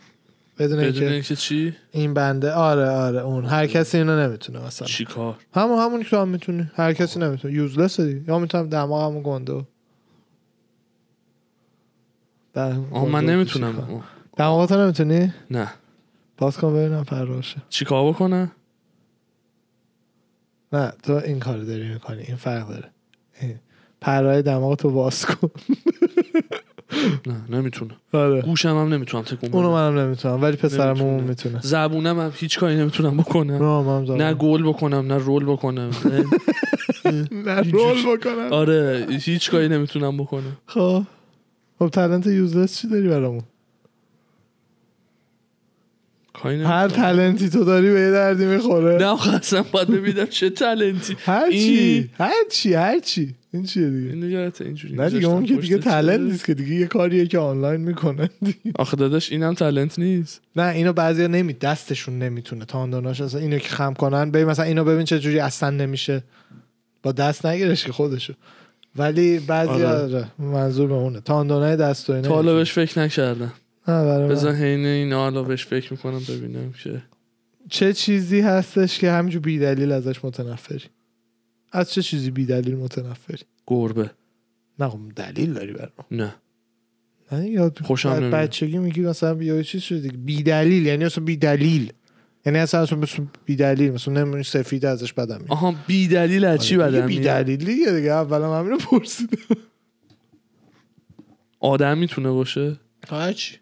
Speaker 2: بدون
Speaker 1: بدون
Speaker 2: اینکه
Speaker 1: اینکه چی
Speaker 2: این بنده آره آره اون هر کسی اینو نمیتونه مثلا
Speaker 1: چی کار
Speaker 2: همون همون که تو هم میتونی هر کسی نمیتونه یوزلس دی یا میتونم دماغمو گنده
Speaker 1: آه من نمیتونم آه،
Speaker 2: دماغتو نمیتونی
Speaker 1: نه
Speaker 2: باز کن ببینم پراشه
Speaker 1: چی کار بکنم
Speaker 2: نه تو این کار داری میکنی این فرق داره این. پرهای دماغ تو باز کن
Speaker 1: نه نمیتونم
Speaker 2: آره
Speaker 1: گوشم هم نمیتونم تکون
Speaker 2: اونو
Speaker 1: بدم
Speaker 2: منم نمیتونم ولی پسرم
Speaker 1: نمیتونه.
Speaker 2: اون میتونه
Speaker 1: زبونم هم هیچ کاری نمیتونم بکنم
Speaker 2: نه منم زبون.
Speaker 1: نه گل بکنم نه رول
Speaker 2: <laughs>
Speaker 1: بکنم
Speaker 2: نه رول بکنم
Speaker 1: آره هیچ کاری نمیتونم بکنم
Speaker 2: خب خب تلنت یوزلس چی داری برامون
Speaker 1: کاری نمی‌تونم.
Speaker 2: هر تلنتی تو داری به یه دردی میخوره
Speaker 1: نه آخه اصلا باید ببینم چه تلنتی
Speaker 2: هر
Speaker 1: این-
Speaker 2: چی هر چی هر چی این چیه دیگه
Speaker 1: این دیگه حتی اینجوری
Speaker 2: نه دیگه
Speaker 1: می‌ذاشتم
Speaker 2: اون که
Speaker 1: پشت
Speaker 2: دیگه
Speaker 1: چهره.
Speaker 2: تلنت نیست که دیگه یه کاریه که آنلاین میکنن دیگه.
Speaker 1: آخه داداش اینم تلنت نیست
Speaker 2: <laughs> نه اینو بعضیا نمی دستشون نمیتونه تاندوناش اصلا اینو که خم کنن ببین مثلا اینو ببین چه جوری اصلا نمیشه با دست نگیرش که خودشو ولی بعضی
Speaker 1: آره.
Speaker 2: آره. منظور به اونه تاندونای دست و اینا
Speaker 1: تا حالا بهش فکر نکردم
Speaker 2: نه برای من.
Speaker 1: بذار حین اینا حالا بهش فکر میکنم ببینم که
Speaker 2: چه چیزی هستش که همینجور بیدلیل ازش متنفری از چه چیزی بیدلیل متنفری
Speaker 1: گربه
Speaker 2: نه خب دلیل داری برام
Speaker 1: نه
Speaker 2: نه یاد
Speaker 1: خوشم
Speaker 2: از
Speaker 1: نمیاد.
Speaker 2: بچگی میگی مثلا یا چیز شده دیگه بیدلیل یعنی اصلا بیدلیل یعنی اصلا اصلا بیدلیل مثلا نمیدونی سفید ازش بدم میاد
Speaker 1: آها بی دلیل از چی
Speaker 2: آره، دیگه
Speaker 1: بدم
Speaker 2: بی
Speaker 1: میاد؟
Speaker 2: دلیلیه دیگه اولا من همینو پرسیدم
Speaker 1: آدم میتونه باشه
Speaker 2: هرچی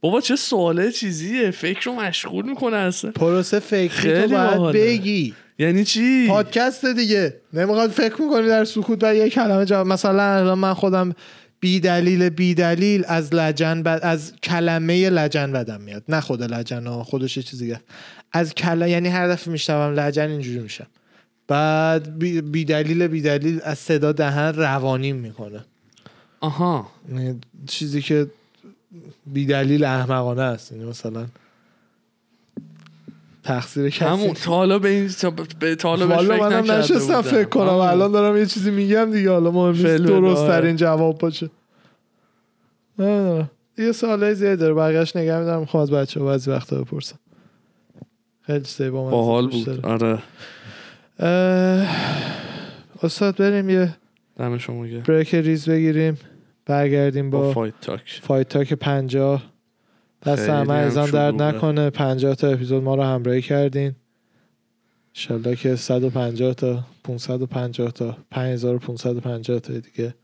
Speaker 1: بابا چه سواله چیزیه فکر رو مشغول میکنه اصلا
Speaker 2: پروسه فکری تو
Speaker 1: خیلی
Speaker 2: باید
Speaker 1: باحاله.
Speaker 2: بگی
Speaker 1: یعنی چی
Speaker 2: پادکست دیگه نمیخواد فکر میکنی در سکوت و یه کلمه جواب مثلا الان من خودم بی دلیل بی دلیل از لجن بد... از کلمه لجن بدم میاد نه خود لجن ها خودش یه چیز دیگه است. از کلا یعنی هر دفعه میشنوم لجن اینجوری میشم بعد بی, بی دلیل بی دلیل از صدا دهن روانی میکنه
Speaker 1: آها
Speaker 2: یعنی چیزی که بی دلیل احمقانه است یعنی مثلا تقصیر کسی
Speaker 1: همون تا حالا به این تا, به تا حالا بهش
Speaker 2: والا
Speaker 1: فکر
Speaker 2: منم
Speaker 1: نکرده
Speaker 2: نشستم
Speaker 1: بودم.
Speaker 2: فکر کنم
Speaker 1: همون.
Speaker 2: الان دارم یه چیزی میگم دیگه حالا مهم نیست
Speaker 1: فعل
Speaker 2: درست
Speaker 1: بدار.
Speaker 2: ترین جواب باشه نمیدونم. یه سوالای زیاد داره بقیه‌اش نگه میدارم میخوام از بچه بعضی وقتا بپرسم خیلی چیزایی با من
Speaker 1: باحال
Speaker 2: دوست
Speaker 1: بود
Speaker 2: داره.
Speaker 1: آره
Speaker 2: اه، استاد بریم یه
Speaker 1: دم شما گرم.
Speaker 2: بریک ریز بگیریم برگردیم
Speaker 1: با
Speaker 2: با
Speaker 1: فایت تاک
Speaker 2: فایت تاک 50 دست
Speaker 1: خیلی
Speaker 2: همه
Speaker 1: هم
Speaker 2: ازم درد
Speaker 1: شلوغه.
Speaker 2: نکنه 50 تا اپیزود ما رو همراهی کردین انشالله که 150 تا 550 تا 5550 تا دیگه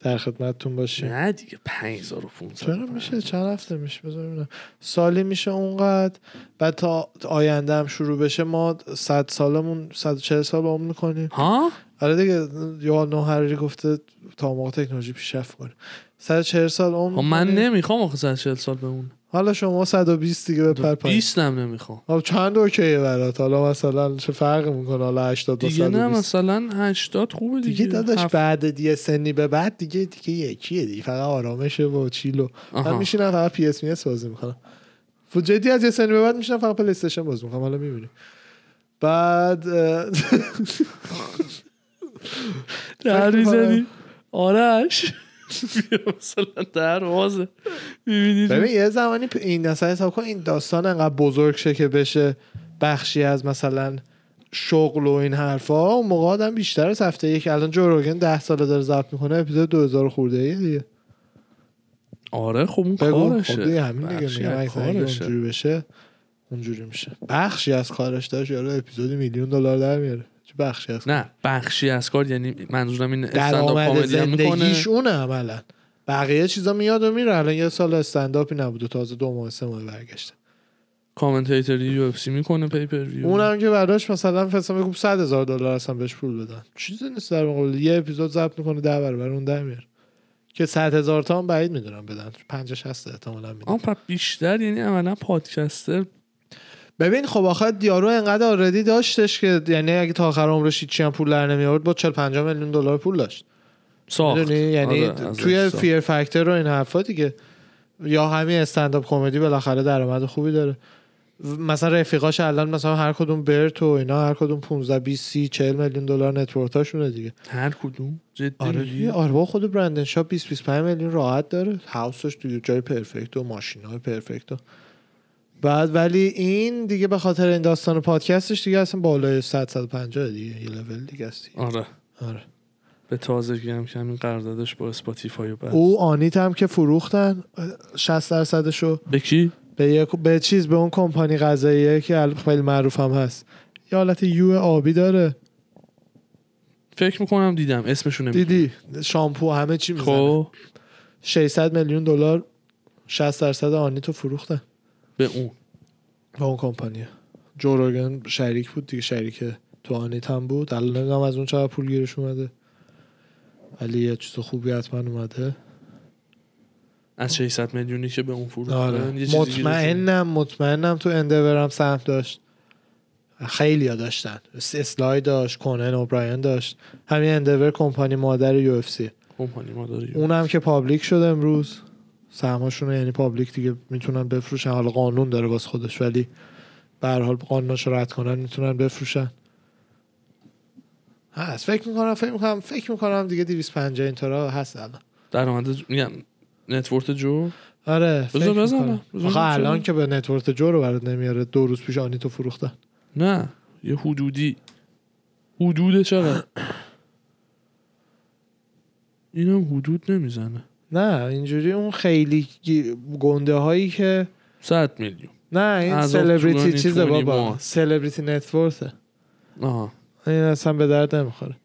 Speaker 2: در خدمتتون باشیم
Speaker 1: نه دیگه 5500
Speaker 2: چرا میشه چند هفته میشه بذار ببینم. سالی میشه اونقدر بعد تا آینده هم شروع بشه ما 100 سالمون 140 سال عمر میکنیم
Speaker 1: ها
Speaker 2: آره دیگه یا نوهرری گفته تا موقع تکنولوژی پیشرفت کنه 140 سال عمر
Speaker 1: خب من
Speaker 2: می‌کنیم.
Speaker 1: نمیخوام آخه 140 سال بمون
Speaker 2: حالا شما 120 دیگه بپر پایین
Speaker 1: 20 هم نمیخوام
Speaker 2: خب چند اوکیه برات حالا مثلا چه فرقی میکنه حالا 80 تا
Speaker 1: دیگه نه
Speaker 2: 120
Speaker 1: مثلا 80 خوبه دیگه
Speaker 2: دیگه داداش
Speaker 1: هفت-
Speaker 2: بعد یه سنی به بعد دیگه دیگه یکیه دیگه فقط آرامشه و چیلو من
Speaker 1: آها.
Speaker 2: میشینم فقط پی اس اس بازی میکنم و جدی از یه سنی به بعد میشینم فقط پلی استیشن بازی میکنم حالا میبینیم بعد اه،
Speaker 1: در
Speaker 2: فکر می‌کنم.
Speaker 1: میزنی آرش بیا مثلا در وازه میبینی
Speaker 2: ببین یه زمانی پ- این مثلا حساب کن این داستان انقدر بزرگ شه که بشه بخشی از مثلا شغل و این حرفا اون موقع آدم بیشتر از هفته یک الان جوروگن ده ساله داره ضبط میکنه اپیزود 2000 خورده ای دیگه
Speaker 1: آره خب اون
Speaker 2: بگو
Speaker 1: کارشه
Speaker 2: خب دیگه همین دیگه
Speaker 1: بخشی
Speaker 2: میگم
Speaker 1: از
Speaker 2: اگه اگه
Speaker 1: کارشه.
Speaker 2: اونجوری بشه اونجوری میشه بخشی از کارش داشت یارو اپیزود میلیون دلار در میاره چه بخشی از
Speaker 1: نه بخشی از کار یعنی منظورم این استنداپ
Speaker 2: درآمد
Speaker 1: کمدی هم میکنه
Speaker 2: زندگیش اونه عملا بقیه چیزا میاد و میره الان یه سال استنداپی نبوده تازه دو ماه سه ماه برگشته
Speaker 1: کامنتیتر یو اف سی میکنه پیپر ویو
Speaker 2: اونم که براش مثلا فسام خوب 100 هزار دلار اصلا بهش پول بدن چیزی نیست در مقابل یه اپیزود ضبط میکنه 10 برابر اون در میاره که 100 هزار تا هم بعید میدونم بدن 50 60 احتمالاً میدن
Speaker 1: آن پس بیشتر یعنی عملا پادکستر
Speaker 2: ببین خب آخه دیارو انقدر آردی داشتش که یعنی اگه تا آخر عمرش هیچی هم پول در نمی آورد با 40 50 میلیون دلار پول داشت
Speaker 1: ساخت
Speaker 2: میدونی یعنی
Speaker 1: آره، از
Speaker 2: توی
Speaker 1: ساخت.
Speaker 2: فیر فاکتور رو این حرفا دیگه یا همین استنداپ کمدی بالاخره درآمد خوبی داره و مثلا رفیقاش الان مثلا هر کدوم برت و اینا هر کدوم 15 20 30 40 میلیون دلار نتورکاشونه دیگه
Speaker 1: هر کدوم جدی
Speaker 2: آره
Speaker 1: میگی؟
Speaker 2: دیگه آره بابا خود برندن شاپ 20 25 میلیون راحت داره هاوسش تو جای پرفکت و ماشین های پرفکت و بعد ولی این دیگه به خاطر این داستان پادکستش دیگه اصلا بالای 100 150 دیگه یه لول دیگه است دیگه.
Speaker 1: آره
Speaker 2: آره
Speaker 1: به تازگی هم که همین قراردادش با اسپاتیفای و بس.
Speaker 2: او آنیت هم که فروختن 60 درصدشو
Speaker 1: به کی
Speaker 2: به یک به چیز به اون کمپانی غذاییه که ال- خیلی معروف هم هست یه حالت یو آبی داره
Speaker 1: فکر میکنم دیدم اسمشو نمیدونم
Speaker 2: دیدی شامپو همه چی میزنه
Speaker 1: خب
Speaker 2: 600 میلیون دلار 60 درصد آنیتو فروختن
Speaker 1: به اون
Speaker 2: با اون کمپانیه جوروگن شریک بود دیگه شریک تو آنیت هم بود الان نمیدونم از اون چقدر پول گیرش اومده ولی یه چیز خوبی حتما اومده
Speaker 1: از 600 میلیونی که به اون فروختن
Speaker 2: آره
Speaker 1: یه چیزی گیرشون.
Speaker 2: مطمئنم مطمئنم تو اندورم سهم داشت خیلی ها داشتن اس- اسلای داشت کنن اوبراین داشت همین اندور کمپانی مادر یو اف سی
Speaker 1: کمپانی ما داره
Speaker 2: اونم که پابلیک شد امروز سهماشون یعنی پابلیک دیگه میتونن بفروشن حالا قانون داره باز خودش ولی به هر حال قانونش رد کنن میتونن بفروشن هست فکر میکنم فکر میکنم فکر میکنم دیگه 250 اینطورا هست الان
Speaker 1: درآمد جو- میگم نتورک جو
Speaker 2: آره فکر
Speaker 1: بذار بزنم.
Speaker 2: می‌کنم.
Speaker 1: بذار
Speaker 2: آخه
Speaker 1: بزنم.
Speaker 2: الان که به نتورک جو رو برات نمیاره دو روز پیش آنیتو فروختن
Speaker 1: نه یه حدودی حدود چقدر اینم حدود نمیزنه
Speaker 2: نه اینجوری اون خیلی گنده هایی که
Speaker 1: 100 میلیون
Speaker 2: نه این
Speaker 1: از
Speaker 2: سلبریتی
Speaker 1: آفتونانی
Speaker 2: چیزه
Speaker 1: 20
Speaker 2: بابا
Speaker 1: ماه.
Speaker 2: سلبریتی نتورته
Speaker 1: آها
Speaker 2: این اصلا به درد نمیخوره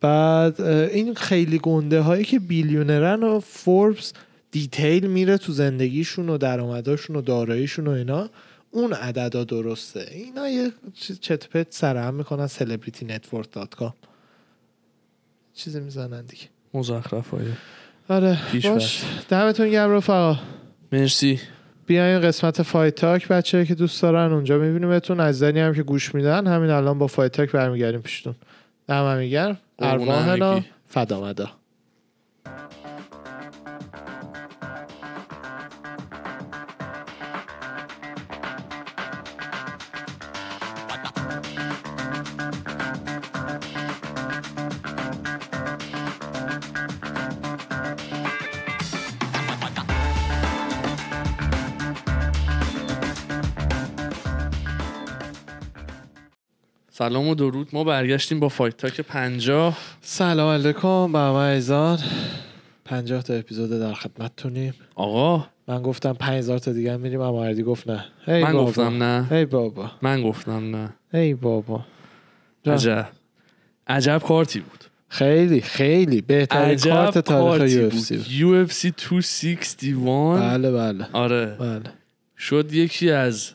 Speaker 2: بعد اه، این خیلی گنده هایی که بیلیونرن و فوربس دیتیل میره تو زندگیشون و درآمداشون و داراییشون و اینا اون عددا درسته اینا یه چ- چت پت سر هم میکنن سلبریتی نتورک دات کام چیزی میزنن دیگه
Speaker 1: مزخرف های
Speaker 2: آره
Speaker 1: پیش
Speaker 2: باش دمتون گرم رفقا
Speaker 1: مرسی
Speaker 2: بیاین قسمت فایت تاک بچه که دوست دارن اونجا میبینیمتون از زنی هم که گوش میدن همین الان با فایت تاک برمیگردیم پیشتون دم میگرم
Speaker 1: قربون
Speaker 2: ارواحنا
Speaker 1: همگی.
Speaker 2: فدامدا
Speaker 1: سلام و درود ما برگشتیم با فایت تاک 50
Speaker 2: سلام علیکم به همه عزیزان 50 تا اپیزود در خدمتتونیم
Speaker 1: آقا
Speaker 2: من گفتم 5000 تا دیگه هم میریم اما اردی گفت نه ای
Speaker 1: من
Speaker 2: بابا.
Speaker 1: گفتم نه
Speaker 2: ای بابا
Speaker 1: من گفتم نه
Speaker 2: ای بابا جان.
Speaker 1: عجب عجب کارتی بود
Speaker 2: خیلی خیلی بهترین
Speaker 1: عجب
Speaker 2: کارت تاریخ
Speaker 1: کارتی
Speaker 2: یو
Speaker 1: بود UFC 261
Speaker 2: بله بله
Speaker 1: آره
Speaker 2: بله
Speaker 1: شد یکی از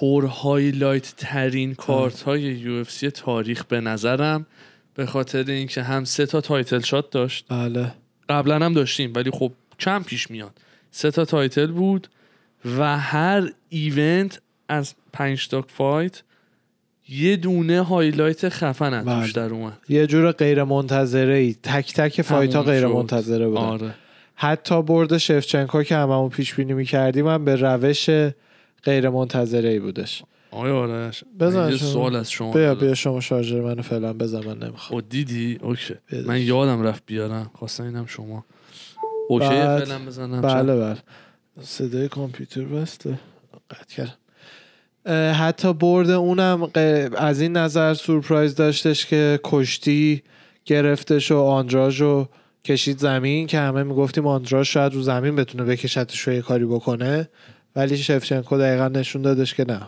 Speaker 1: پر هایلایت ترین کارت های UFC تاریخ به نظرم به خاطر اینکه هم سه تا تایتل شات داشت
Speaker 2: بله
Speaker 1: قبلا هم داشتیم ولی خب کم پیش میاد سه تا تایتل بود و هر ایونت از پنج تا فایت یه دونه هایلایت خفن از
Speaker 2: بله.
Speaker 1: توش در اومد
Speaker 2: یه جور غیر منتظره ای تک تک فایت ها
Speaker 1: تموم
Speaker 2: غیر
Speaker 1: شد.
Speaker 2: منتظره بودن
Speaker 1: آره
Speaker 2: حتی برد شفچنکو که هممون پیش بینی میکردیم هم به روش غیر منتظره ای بودش
Speaker 1: آیا آرش
Speaker 2: بزن
Speaker 1: آره. من یه
Speaker 2: شما.
Speaker 1: سوال از شما
Speaker 2: بیا
Speaker 1: دارم.
Speaker 2: بیا شما شارژر منو فعلا بزن من نمیخوام
Speaker 1: او دیدی اوکی
Speaker 2: بدش.
Speaker 1: من یادم رفت بیارم خواستم اینم شما اوکی
Speaker 2: بعد-
Speaker 1: فعلا بزنم چند-
Speaker 2: بله بله صدای کامپیوتر بسته قطع کردم اه، حتی برد اونم غ- از این نظر سورپرایز داشتش که کشتی گرفتش و آندراژ رو کشید زمین که همه میگفتیم آندراژ شاید رو زمین بتونه بکشتش و یه کاری بکنه ولی شفچنکو دقیقا نشون دادش که نه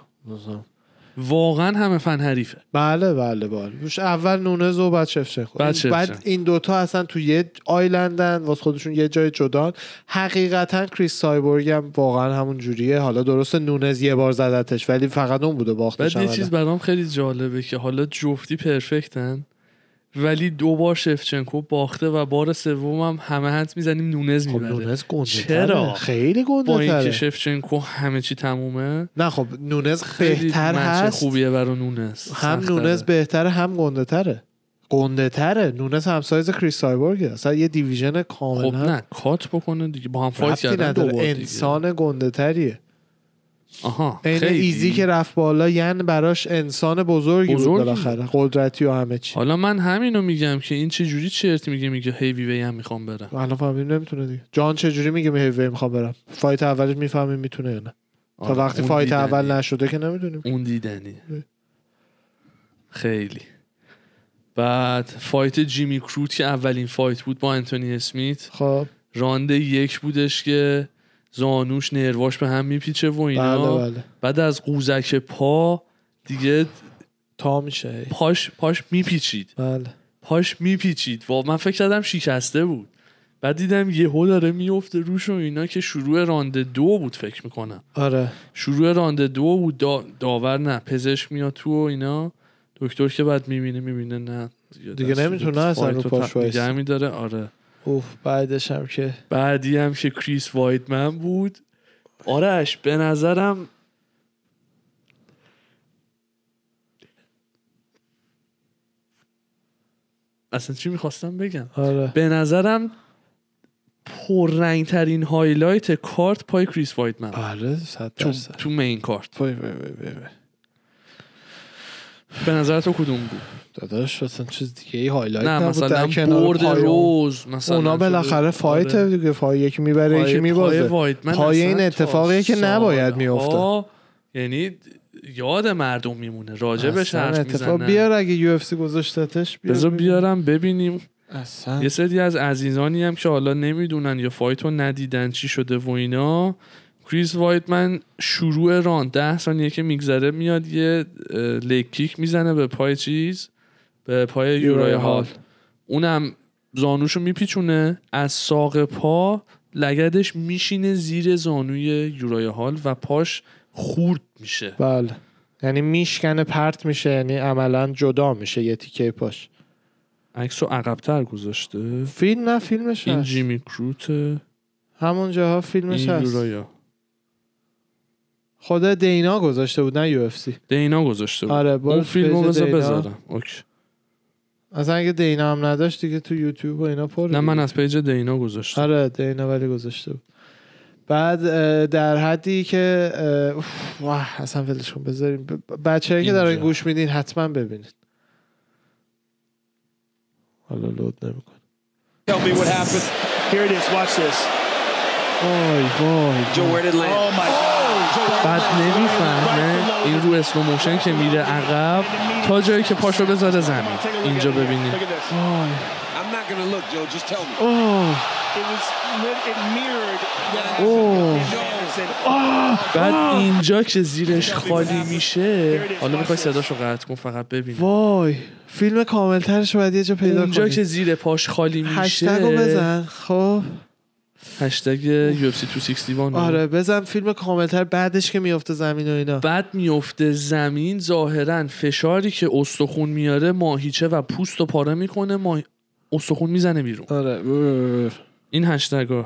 Speaker 1: واقعا همه فن حریفه
Speaker 2: بله بله بله روش اول نونز و بعد شفچنکو
Speaker 1: بعد
Speaker 2: این-
Speaker 1: شفچنکو.
Speaker 2: بعد این دوتا اصلا تو یه آیلندن واسه خودشون یه جای جدان حقیقتا کریس سایبورگ هم واقعا همون جوریه حالا درسته نونز یه بار زدتش ولی فقط اون بوده باختش
Speaker 1: بعد یه
Speaker 2: اولا.
Speaker 1: چیز برام خیلی جالبه که حالا جفتی پرفکتن ولی دو بار شفچنکو باخته و بار سومم هم همه هند میزنیم نونز
Speaker 2: خب
Speaker 1: میبره
Speaker 2: نونز گنده
Speaker 1: چرا؟
Speaker 2: خیلی
Speaker 1: با
Speaker 2: گنده
Speaker 1: اینکه شفچنکو همه چی تمومه
Speaker 2: نه خب نونز
Speaker 1: خیلی
Speaker 2: بهتر
Speaker 1: مچ
Speaker 2: هست
Speaker 1: خوبیه برای نونز
Speaker 2: هم
Speaker 1: سخت‌تره.
Speaker 2: نونز بهتره هم گنده تره گنده تره نونز همسایز کریس سایبورگه اصلا یه دیویژن کاملا
Speaker 1: خب نه کات بکنه دیگه با هم فایت
Speaker 2: ربطی
Speaker 1: کردن
Speaker 2: نداره
Speaker 1: دو بار دیگه.
Speaker 2: انسان گنده تریه
Speaker 1: آها
Speaker 2: عین
Speaker 1: خیلی.
Speaker 2: ایزی که رفت بالا ین براش انسان بزرگی, بود
Speaker 1: بزرگی.
Speaker 2: بالاخره قدرتی و همه چی
Speaker 1: حالا من همینو میگم که این چه جوری چرت میگه میگه هی وی وی هم میخوام برم
Speaker 2: الان فهمیدیم نمیتونه دیگه جان چجوری میگه به هیوی میخوام برم فایت اولش میفهمیم میتونه یا نه تا
Speaker 1: آره،
Speaker 2: وقتی
Speaker 1: اون
Speaker 2: فایت
Speaker 1: دیدنی.
Speaker 2: اول نشده که نمیدونیم
Speaker 1: اون دیدنی
Speaker 2: اه.
Speaker 1: خیلی بعد فایت جیمی کروت که اولین فایت بود با انتونی اسمیت
Speaker 2: خب
Speaker 1: رانده یک بودش که زانوش نرواش به هم میپیچه و اینا
Speaker 2: بله بله
Speaker 1: بعد از قوزک پا دیگه
Speaker 2: تا میشه
Speaker 1: پاش پاش میپیچید
Speaker 2: بله
Speaker 1: پاش میپیچید و من فکر کردم شکسته بود بعد دیدم یهو داره میفته روش و اینا که شروع رانده دو بود فکر میکنم
Speaker 2: آره
Speaker 1: شروع رانده دو بود دا- داور نه پزشک میاد تو و اینا دکتر که بعد میبینه میبینه نه
Speaker 2: دیگه
Speaker 1: دست
Speaker 2: نمیتونه اصلا
Speaker 1: فایت
Speaker 2: رو
Speaker 1: تپ
Speaker 2: پاش وایسه.
Speaker 1: نگه میداره آره
Speaker 2: اوف بعدش هم که
Speaker 1: بعدی هم که کریس وایدمن بود آرش به نظرم اصلا چی میخواستم بگم
Speaker 2: آره
Speaker 1: به نظرم پررنگ ترین هایلایت کارت پای کریس وایدمن
Speaker 2: بله صد
Speaker 1: تو,
Speaker 2: درصد
Speaker 1: تو مین کارت
Speaker 2: وای وای وای وای وای.
Speaker 1: به نظر تو کدوم بود
Speaker 2: داداش مثلا چیز دیگه ای هایلایت
Speaker 1: نه
Speaker 2: نبود در
Speaker 1: مثلا
Speaker 2: کنار
Speaker 1: برد
Speaker 2: پایان.
Speaker 1: روز مثلا
Speaker 2: اونا بالاخره فایت
Speaker 1: آره.
Speaker 2: دیگه فای یکی میبره یکی میبازه
Speaker 1: وایدمن
Speaker 2: پای
Speaker 1: اصلا
Speaker 2: این
Speaker 1: تا
Speaker 2: اتفاقیه که نباید می‌افتاد.
Speaker 1: سال‌ها یعنی یاد مردم میمونه راجبش
Speaker 2: اصلا
Speaker 1: حرف
Speaker 2: اتفاق
Speaker 1: میزنن
Speaker 2: بیار اگه یو اف سی گذاشتتش بیار
Speaker 1: بذار
Speaker 2: ببینیم.
Speaker 1: بیارم ببینیم
Speaker 2: اصلا
Speaker 1: یه سری از عزیزانی هم که حالا نمیدونن یا فایت رو ندیدن چی شده و اینا کریس وایتمن شروع ران ده ثانیه که میگذره میاد یه اه، لگ کیک میزنه به پای چیز به پای یورای
Speaker 2: بله.
Speaker 1: هال اونم زانوشو میپیچونه از ساق پا لگدش میشینه زیر زانوی یورای هال و پاش خورد میشه
Speaker 2: بله یعنی میشکنه پرت میشه یعنی عملا جدا میشه یه تیکه پاش
Speaker 1: عکس رو عقبتر گذاشته
Speaker 2: فیلم نه فیلمش
Speaker 1: این
Speaker 2: هست
Speaker 1: جیمی کروت
Speaker 2: همون جاها فیلمش
Speaker 1: این
Speaker 2: هست
Speaker 1: یورایا
Speaker 2: خدا دینا گذاشته بود نه یو اف سی
Speaker 1: دینا گذاشته بود
Speaker 2: آره برو
Speaker 1: اون فیلم رو
Speaker 2: پیج
Speaker 1: بذار
Speaker 2: دینا.
Speaker 1: بذارم اوکی.
Speaker 2: اصلا اگه دینا هم نداشت دیگه تو یوتیوب و اینا پر
Speaker 1: نه من از پیج دینا گذاشتم
Speaker 2: آره دینا ولی گذاشته بود بعد اه، در حدی که اه، اوف، واه اصلا ولش کن بذاریم بچه که در این
Speaker 1: اینجا.
Speaker 2: گوش میدین حتما ببینید حالا لود نمیکن
Speaker 3: Tell me what happened. Here it is. Watch this.
Speaker 2: وای وای
Speaker 3: Joe, where did it land? Oh my God. Joe, where
Speaker 2: آره.
Speaker 3: did it
Speaker 1: بعد
Speaker 3: land?
Speaker 1: نمیفهمه این رو اسلو موشن که میره عقب تا جایی که پاشو بذاره زمین
Speaker 3: Take a look
Speaker 1: اینجا
Speaker 3: at it.
Speaker 1: ببینید
Speaker 3: Look at this.
Speaker 2: وای
Speaker 3: I'm not going to look, Joe. Just tell me.
Speaker 2: آه،
Speaker 3: It was lit. It mirrored that.
Speaker 2: اوه.
Speaker 3: Anderson.
Speaker 1: بعد اینجا که زیرش خالی میشه حالا میخوای صداشو قطع کن فقط ببین
Speaker 2: وای فیلم کاملترش رو باید یه جا پیدا
Speaker 1: اونجا که
Speaker 2: کنید
Speaker 1: زیر پاش خالی
Speaker 2: هشتگ رو
Speaker 1: میشه
Speaker 2: بزن خب
Speaker 1: هشتگ UFC 261 رو.
Speaker 2: آره بزن فیلم کاملتر بعدش که میفته زمین و اینا
Speaker 1: بعد میفته زمین ظاهرا فشاری که استخون میاره ماهیچه و پوست رو پاره میکنه ماه... استخون میزنه بیرون
Speaker 2: آره
Speaker 1: این هشتگ ها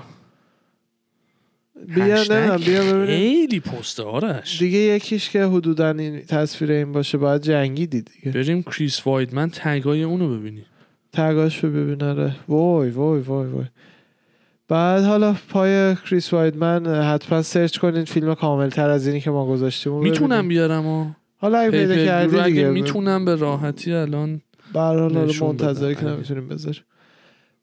Speaker 2: بیا نه بیا ببینیم
Speaker 1: خیلی پسته آرش
Speaker 2: دیگه یکیش که حدودا این تصویر این باشه باید جنگی دید دیگه
Speaker 1: بریم کریس وایدمن تگای اونو ببینیم
Speaker 2: تگاش رو ببین آره وای وای وای وای بعد حالا پای کریس وایدمن حتما سرچ کنین فیلم کاملتر از اینی که ما گذاشتیم رو
Speaker 1: میتونم
Speaker 2: ببینین.
Speaker 1: بیارم ها
Speaker 2: حالا اگه
Speaker 1: پی
Speaker 2: پیدا
Speaker 1: پی ویو
Speaker 2: کردی
Speaker 1: رو
Speaker 2: دیگه
Speaker 1: اگه میتونم به راحتی الان
Speaker 2: برحال حالا
Speaker 1: نشون
Speaker 2: منتظر
Speaker 1: بدم.
Speaker 2: که نمیتونیم بذاریم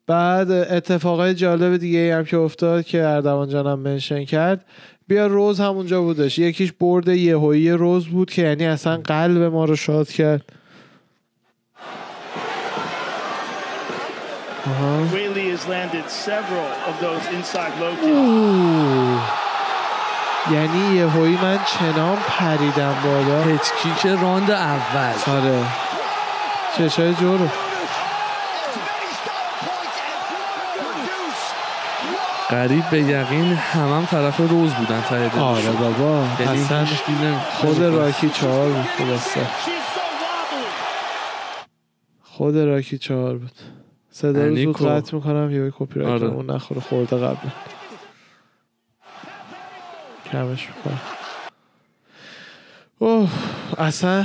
Speaker 2: بعد اتفاقای جالب دیگه ای هم که افتاد که اردوان جانم منشن کرد بیا روز همونجا بودش یکیش برد یهویی روز بود که یعنی اصلا قلب ما رو شاد کرد آها.
Speaker 4: Whaley has landed several of those inside low kicks.
Speaker 2: اوه. یعنی یهویی من چنان پریدم بالا
Speaker 1: هتکیک راند اول
Speaker 2: آره چشای جورو
Speaker 1: قریب به یقین همم طرف روز بودن یعنی تایید
Speaker 2: آره بابا اصلا خود راکی چهار بود خلاصه. خود راکی چهار بود صدا رو
Speaker 1: یعنی
Speaker 2: زود
Speaker 1: کو-
Speaker 2: قطع میکنم یه کپی رایت
Speaker 1: آره.
Speaker 2: کنم. اون نخوره خورده قبل کمش میکنم اوه اصلا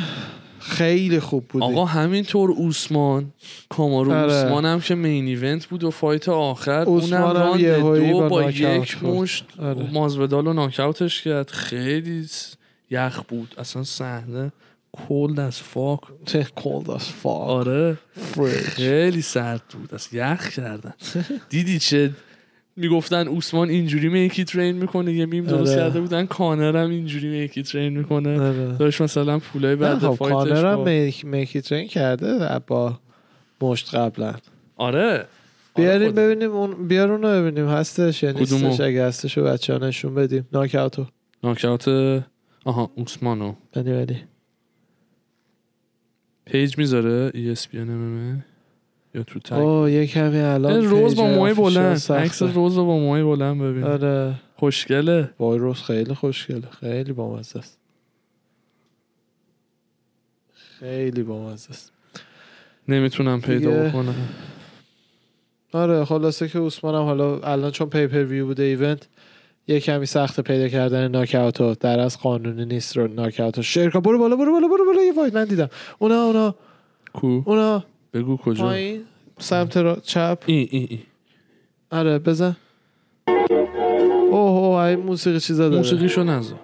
Speaker 2: خیلی خوب بودی
Speaker 1: آقا همینطور اوسمان کامارو
Speaker 2: آره.
Speaker 1: اوسمان هم که مین ایونت بود و فایت آخر
Speaker 2: عثمان
Speaker 1: اونم
Speaker 2: هم
Speaker 1: راند
Speaker 2: یهویی
Speaker 1: دو
Speaker 2: با
Speaker 1: با,
Speaker 2: ناک‌اوت
Speaker 1: یک
Speaker 2: برد.
Speaker 1: مشت
Speaker 2: آره.
Speaker 1: مازودال رو ناکاوتش کرد خیلی س- یخ بود اصلا صحنه کلد از فاک
Speaker 2: چه cold as fuck
Speaker 1: آره
Speaker 2: fridge.
Speaker 1: خیلی سرد بود از یخ کردن دیدی چه میگفتن اوسمان اینجوری میکی ترین میکنه یه میم درست
Speaker 2: آره.
Speaker 1: کرده بودن کانر هم اینجوری میکی ترین میکنه
Speaker 2: آره.
Speaker 1: داشت مثلا پولای
Speaker 2: نه
Speaker 1: بعد
Speaker 2: خب
Speaker 1: فایتش
Speaker 2: کانر هم
Speaker 1: با-
Speaker 2: میک- میکی ترین کرده با مشت قبلا
Speaker 1: آره آره
Speaker 2: بیاریم
Speaker 1: خدا.
Speaker 2: ببینیم اون بیار اونو ببینیم هستش یا
Speaker 1: کدومو؟
Speaker 2: نیستش اگه هستش رو بچه ها نشون بدیم ناکاوتو
Speaker 1: ناکات آها اوسمانو
Speaker 2: بنی بنی
Speaker 1: پیج میذاره E ESPN MMA یا تو تگ
Speaker 2: اوه یه کمی الان
Speaker 1: این روز با
Speaker 2: پیج
Speaker 1: موهای
Speaker 2: آفیشال
Speaker 1: بلند
Speaker 2: سخته.
Speaker 1: عکس روز رو با موهای بلند ببین
Speaker 2: آره
Speaker 1: خوشگله
Speaker 2: وای روز خیلی خوشگله خیلی بامزه است خیلی بامزه است
Speaker 1: نمیتونم پیدا
Speaker 2: دیگه.
Speaker 1: بکنم
Speaker 2: آره خلاصه که عثمانم حالا الان چون پیپر ویو بوده ایونت یه کمی سخت پیدا کردن ناکاوتو در از قانونی نیست رو ناکاوتو شرکا برو بالا برو بالا برو بالا یه واید من دیدم اونا اونا
Speaker 1: کو
Speaker 2: اونا
Speaker 1: بگو کجا این
Speaker 2: پایین سمت را چپ
Speaker 1: این این
Speaker 2: آره بزن اوه اوه این موسیقی چیزا داره
Speaker 1: موسیقیشو نذار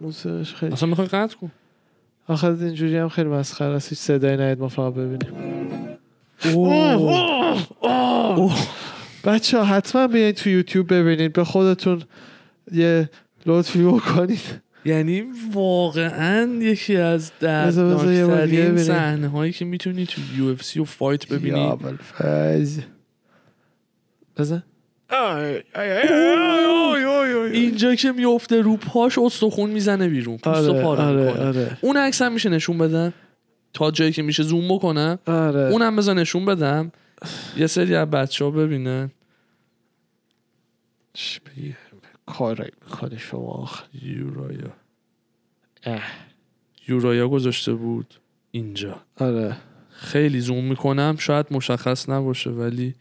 Speaker 2: موسیقیش خیلی
Speaker 1: اصلا میخوای قطع کن
Speaker 2: آخه اینجوری هم خیلی مسخره است هیچ صدایی نهید ما فقط ببینیم بچه ها حتما بیاین تو یوتیوب ببینید به خودتون یه لطفی بکنید
Speaker 1: یعنی واقعا یکی از
Speaker 2: بذار- بذار یه بار دیگه
Speaker 1: دردناکترین
Speaker 2: ببینیم.
Speaker 1: صحنه هایی که میتونی تو یو اف سی و فایت ببینی
Speaker 2: یا بالفز بزن
Speaker 1: اینجا که میفته رو پاش استخون میزنه بیرون پوست
Speaker 2: آره
Speaker 1: و پاره
Speaker 2: آره
Speaker 1: می‌کنه.
Speaker 2: آره
Speaker 1: اون عکس هم میشه نشون بدم تا جایی که میشه زوم بکنم
Speaker 2: آره
Speaker 1: اونم بذار نشون بدم یه سری از بچه ها ببینن
Speaker 2: چی بگی؟ کار میکنی شما آخه
Speaker 1: یورایا
Speaker 2: اه.
Speaker 1: یورایا گذاشته بود اینجا
Speaker 2: آره
Speaker 1: خیلی زوم میکنم شاید مشخص نباشه ولی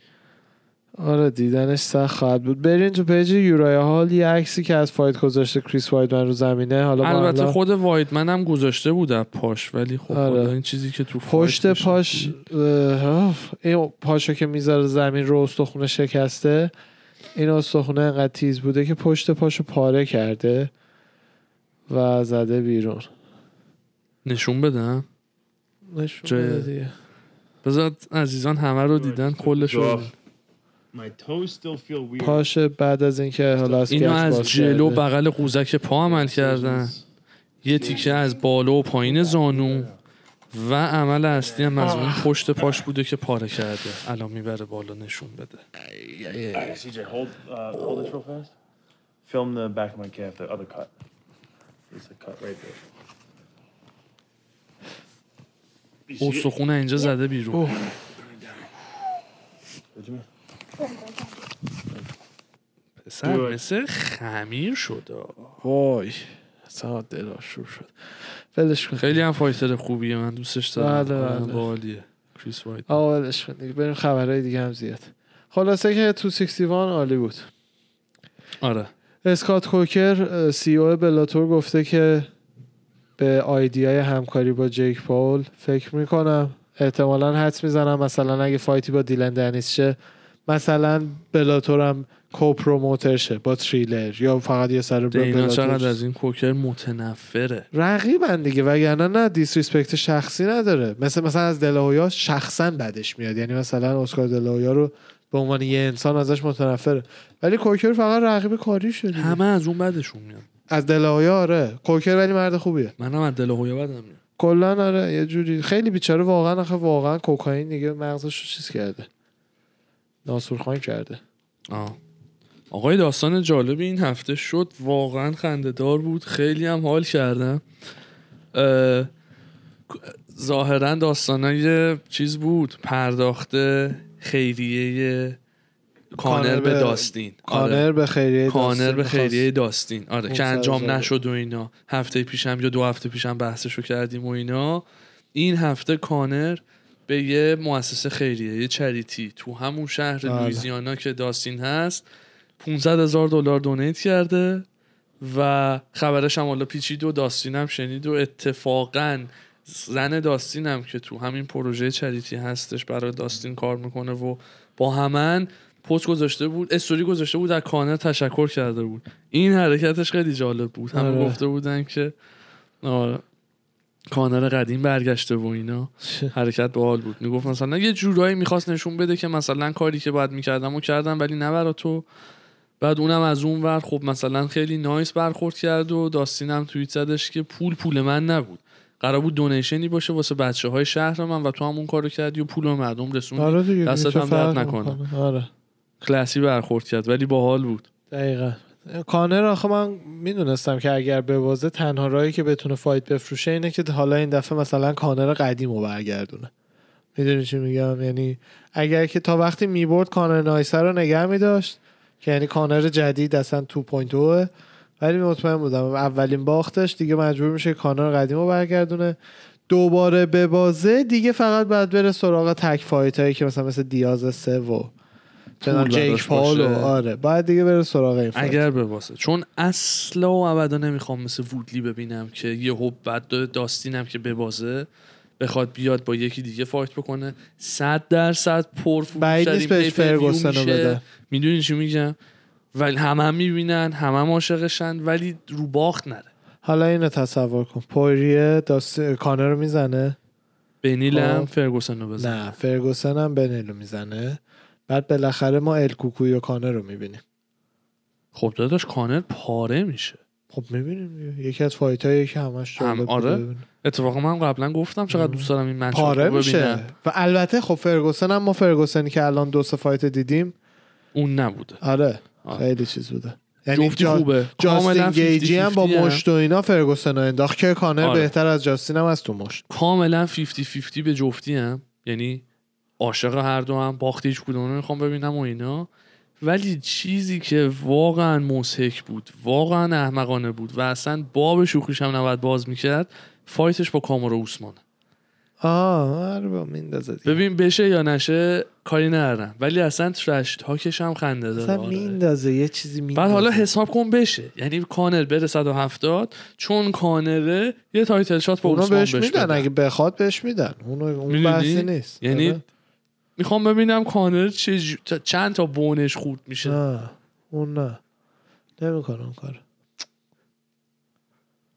Speaker 2: آره دیدنش سخت خواهد بود برین تو پیج یورایا هال یه عکسی که از فایت گذاشته کریس وایدمن رو زمینه حالا ما
Speaker 1: البته
Speaker 2: الان
Speaker 1: خود واید هم گذاشته بود از پاش ولی خب
Speaker 2: آره.
Speaker 1: حالا این چیزی که تو فایت
Speaker 2: پشت
Speaker 1: میشه.
Speaker 2: پاش اه، آف. این پاشو که میذاره زمین رو استخونه شکسته این استخونه انقدر تیز بوده که پشت پاشو پاره کرده و زده بیرون
Speaker 1: نشون بدم
Speaker 2: نشون
Speaker 1: جای-
Speaker 2: بده دیگه.
Speaker 1: بذار عزیزان همه رو دیدن کلشو
Speaker 5: Off. My toes still feel weird.
Speaker 2: پاش بعد از اینکه حالا از
Speaker 1: اینو
Speaker 2: گچ
Speaker 1: از
Speaker 2: باز
Speaker 1: جلو
Speaker 2: کرده.
Speaker 1: بغل قوزک پا عمل کردن یه تیکه از بالا و پایین زانو و عمل اصلی هم از اون پشت پاش بوده که پاره کرده الان میبره بالا نشون بده
Speaker 5: CJ, hold, uh, hold this real fast. Film the back of my calf, the other cut. It's a cut right there.
Speaker 1: استخون اینجا زده بیرون
Speaker 5: What'd you mean?
Speaker 1: پسر مثل خمیر شده
Speaker 2: وای اصلا دل آشوب شد ولش کن
Speaker 1: خیلی هم فایتر خوبیه من دوستش
Speaker 2: بله،
Speaker 1: دارم آره،
Speaker 2: بله.
Speaker 1: بالیه کریس وایت
Speaker 2: آقا ولش کن دیگه بریم خبرهای دیگه هم زیاد خلاصه که تو 61 عالی بود
Speaker 1: آره
Speaker 2: اسکات کوکر سی او بلاتور گفته که به آیدیای همکاری با جیک پاول فکر میکنم احتمالا حدس میزنم مثلا اگه فایتی با دیلن دنیس شه مثلا بلاتورم کوپروموتر شه با تریلر یا فقط یه سر به
Speaker 1: دینا چقدر
Speaker 2: بلاتور
Speaker 1: از این کوکر متنفره
Speaker 2: رقیبن دیگه وگرنه نه دیسریسپکت شخصی نداره مثل مثلا از دلاهویا شخصا بدش میاد یعنی مثلا اسکار دلاهویا رو به عنوان یه انسان ازش متنفره ولی کوکر فقط رقیب کاری شده
Speaker 1: همه از اون بدشون میاد
Speaker 2: از دلاهویا آره کوکر ولی مرد خوبیه
Speaker 1: منم از دل هویا بدم میاد
Speaker 2: کلا آره یه جوری خیلی بیچاره واقعا آخه واقعا کوکائین دیگه مغزش رو چیز کرده ناسورخان
Speaker 1: آره.
Speaker 2: کرده
Speaker 1: آه. آقای داستان جالب این هفته شد واقعا خندهدار بود خیلی هم حال کردم اه، ظاهرا داستانای چیز بود پرداخته خیریه کانر
Speaker 2: کانر
Speaker 1: به
Speaker 2: به-
Speaker 1: داستین
Speaker 2: کانر
Speaker 1: آره.
Speaker 2: به خیریه
Speaker 1: کانر
Speaker 2: داستین
Speaker 1: به خیریه
Speaker 2: می‌خواست.
Speaker 1: داستین آره
Speaker 2: اون
Speaker 1: که
Speaker 2: سر
Speaker 1: انجام
Speaker 2: زده.
Speaker 1: نشد و اینا هفته پیشم یا دو هفته پیشم بحثشو کردیم و اینا این هفته کانر به یه مؤسسه خیریه یه چریتی تو همون شهر
Speaker 2: بله.
Speaker 1: لویزیانا که داستین هست 15 هزار دلار دونیت کرده و خبرش هم حالا پیچید و داستینم شنید و اتفاقا زن داستینم که تو همین پروژه چریتی هستش برای داستین کار میکنه و با همن پست گذاشته بود استوری گذاشته بود در کانر تشکر کرده بود این حرکتش خیلی جالب بود همه
Speaker 2: آره.
Speaker 1: گفته بودن که آره. کانر قدیم برگشته و اینا حرکت باحال بود میگفت مثلا یه جورایی میخواست نشون بده که مثلا کاری که باید میکردم و کردم ولی نه برا تو بعد اونم از اون ور خب مثلا خیلی نایس برخورد کرد و داستینم توییت زدش که پول پول من نبود قرار بود دونیشنی باشه واسه بچه های شهر من و تو هم اون کارو کردی و پول به مردم رسوندی
Speaker 2: آره دیگه
Speaker 1: دستت
Speaker 2: هیچ
Speaker 1: هم درد
Speaker 2: فرق
Speaker 1: نکنه.
Speaker 2: نمی‌کنه. آره
Speaker 1: کلاسی برخورد کرد ولی باحال بود
Speaker 2: دقیقا کانر آخه من میدونستم که اگر ببازه تنها راهی که بتونه فایت بفروشه اینه که حالا این دفعه مثلا کانر قدیم رو برگردونه میدونی چی میگم یعنی اگر که تا وقتی میبرد کانر نایسر رو نگه میداشت که یعنی کانر جدید اصلا 2.0 ه. ولی مطمئن بودم اولین باختش دیگه مجبور میشه کانر قدیم رو برگردونه دوباره ببازه دیگه فقط باید بره سراغ تک فایت هایی که مثلا مثل دیاز سه و جناب
Speaker 1: براش
Speaker 2: جیک پاول و
Speaker 1: باشه.
Speaker 2: آره باید دیگه بره سراغ این فایت
Speaker 1: اگر بباسه چون اصلا و ابدا نمیخوام مثل وودلی ببینم که یه حب بعد داستینم که ببازه بخواد بیاد با یکی دیگه فایت بکنه صد درصد پر
Speaker 2: بعید نیست بهش فرگوسن رو بدن.
Speaker 1: میدونی چی میگم ولی همه هم میبینن همه هم عاشقشن ولی رو باخت نره
Speaker 2: حالا اینو تصور کن پوریه داست... کانر رو میزنه
Speaker 1: بنیلم
Speaker 2: خب.
Speaker 1: فرگوسن رو بزن
Speaker 2: نه فرگوسن هم بنلو میزنه بعد بالاخره ما الکوکوی و کانر رو میبینیم
Speaker 1: خب داداش کانر پاره میشه
Speaker 2: خب میبینیم یکی از فایت هایی که همش
Speaker 1: هم،
Speaker 2: جالب
Speaker 1: آره.
Speaker 2: بوده.
Speaker 1: اتفاقا من قبلا گفتم چقدر دوست دارم این مچ
Speaker 2: پاره
Speaker 1: رو
Speaker 2: میشه
Speaker 1: ببینم
Speaker 2: و البته خب فرگوسن هم ما فرگوسنی که الان دو سه فایت دیدیم
Speaker 1: اون نبوده
Speaker 2: آره
Speaker 1: آره.
Speaker 2: خیلی چیز بوده یعنی
Speaker 1: جفتی
Speaker 2: جا-
Speaker 1: خوبه.
Speaker 2: جاستین
Speaker 1: کاملا
Speaker 2: گیجی هم با
Speaker 1: 50-50 هم.
Speaker 2: مشت و اینا فرگوسن رو انداخت که کانر
Speaker 1: آره.
Speaker 2: بهتر از جاستین هم از تو مشت
Speaker 1: کاملا 50 50 به جفتی هم یعنی عاشق هر دو هم باخت هیچ کدوم رو میخوام ببینم و اینا ولی چیزی که واقعا مسحک بود واقعا احمقانه بود و اصلا باب شوخیش هم نباید باز میکرد فایتش با کامارو اوسمان
Speaker 2: آه آره با میندازه دیگه
Speaker 1: ببین بشه یا نشه کاری ندارم ولی اصلا ترش تاکش هم خنده داره
Speaker 2: اصلا
Speaker 1: آره.
Speaker 2: میندازه یه چیزی میندازه
Speaker 1: بعد حالا حساب کن بشه یعنی کانر بره 170 چون کانره یه تایتل شات با
Speaker 2: اونا
Speaker 1: اوسمان
Speaker 2: بهش میدن
Speaker 1: بدن.
Speaker 2: اگه بخواد بهش میدن اونو اون
Speaker 1: می‌دونی؟
Speaker 2: بحثی نیست
Speaker 1: یعنی
Speaker 2: آره.
Speaker 1: میخوام ببینم کانر چه جو- تا- چند تا بونش خورد میشه
Speaker 2: نه اون نه نمیکنه اون کار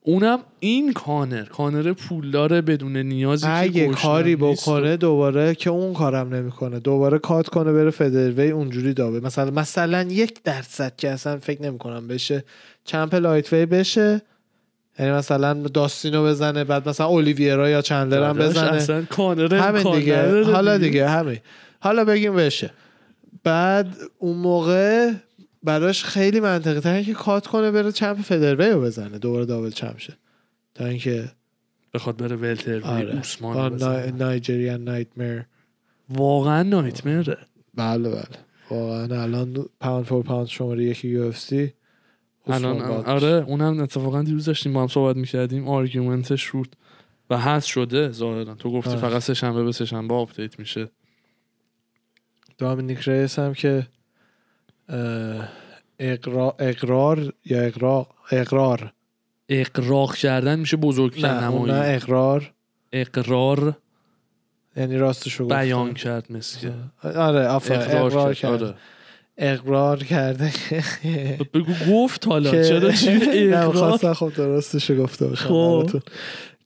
Speaker 1: اونم این کانر کانر پولدار بدون نیازی که
Speaker 2: اگه
Speaker 1: گشنه
Speaker 2: کاری
Speaker 1: نیست خب، و-
Speaker 2: بکنه دوباره که اون کارم نمیکنه دوباره کات کنه بره فدروی اونجوری دابه مثلا مثلا یک درصد که اصلا فکر نمیکنم بشه چمپ لایت وی بشه یعنی مثلا داستینو بزنه بعد مثلا اولیویرا یا چندلر هم
Speaker 1: داداش،
Speaker 2: بزنه
Speaker 1: اصلا کانر
Speaker 2: همین
Speaker 1: امکان
Speaker 2: دیگه
Speaker 1: نداره
Speaker 2: حالا دیگه همین حالا بگیم بشه بعد اون موقع براش خیلی منطقی تره که کات کنه بره چمپ فدروی رو بزنه دوباره دابل چمپ شه تا اینکه
Speaker 1: بخواد بره ولتر
Speaker 2: آره
Speaker 1: اوسمان
Speaker 2: با
Speaker 1: رو بزنه.
Speaker 2: نا- نایجریان نایتمر
Speaker 1: واقعا نایتمره
Speaker 2: بله بله واقعا الان پاوند فور پاوند شماره یکی یو اف سی
Speaker 1: الان آره اونم اتفاقا دیروز داشتیم با هم صحبت میکردیم آرگومنتش بود و هست شده ظاهرا تو گفتی
Speaker 2: آره.
Speaker 1: فقط سه شنبه به سه شنبه آپدیت میشه
Speaker 2: دامینیک ریس هم که اه، اقرا اقرار یا اقرا اقرار
Speaker 1: اقراق کردن میشه بزرگتر
Speaker 2: نه اون نه
Speaker 1: نمایی
Speaker 2: اقرار
Speaker 1: اقرار
Speaker 2: یعنی راستشو گفتم
Speaker 1: بیان کرد مثل که.
Speaker 2: آره آفرین اقرار
Speaker 1: اقرار
Speaker 2: کرد
Speaker 1: کرد آره. خب
Speaker 2: اقرار
Speaker 1: <laughs>
Speaker 2: کرده
Speaker 1: بگو گفت حالا چرا چی
Speaker 2: <laughs> نه
Speaker 1: اقرار
Speaker 2: خواستم خب درستشو گفته باشم
Speaker 1: خب.
Speaker 2: براتون.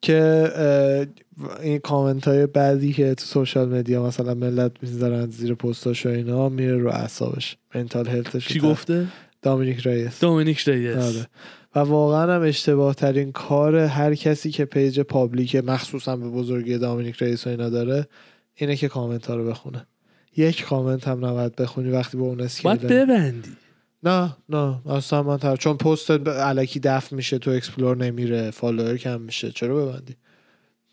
Speaker 2: که اه، این کامنت های بعدی که تو سوشال مدیا مثلا ملت میذارن زیر پستاش و اینا میره رو اعصابش منتال هلتش
Speaker 1: کی گفته
Speaker 2: دامینیک رایس
Speaker 1: دامینیک ریس
Speaker 2: آره. و واقعا هم اشتباه ترین کار هر کسی که پیج پابلیک مخصوصا به بزرگی دامینیک رئیس و اینا داره اینه که کامنت ها رو بخونه یک کامنت هم نباید بخونی وقتی با اون اسکیل
Speaker 1: باید ببندی
Speaker 2: نه نه اصلا من طرف چون پست ب- علکی دفع میشه تو اکسپلور نمیره فالوور کم میشه چرا ببندی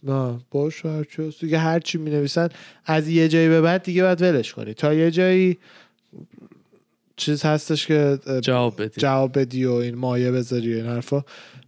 Speaker 2: نه باش هرچی هست دیگه هرچی مینویسن از یه جایی به بعد دیگه باید ولش کنی تا یه جایی چیز هستش که اه،
Speaker 1: جواب بدی
Speaker 2: جواب بدی و این مایه بذاری و این حرفا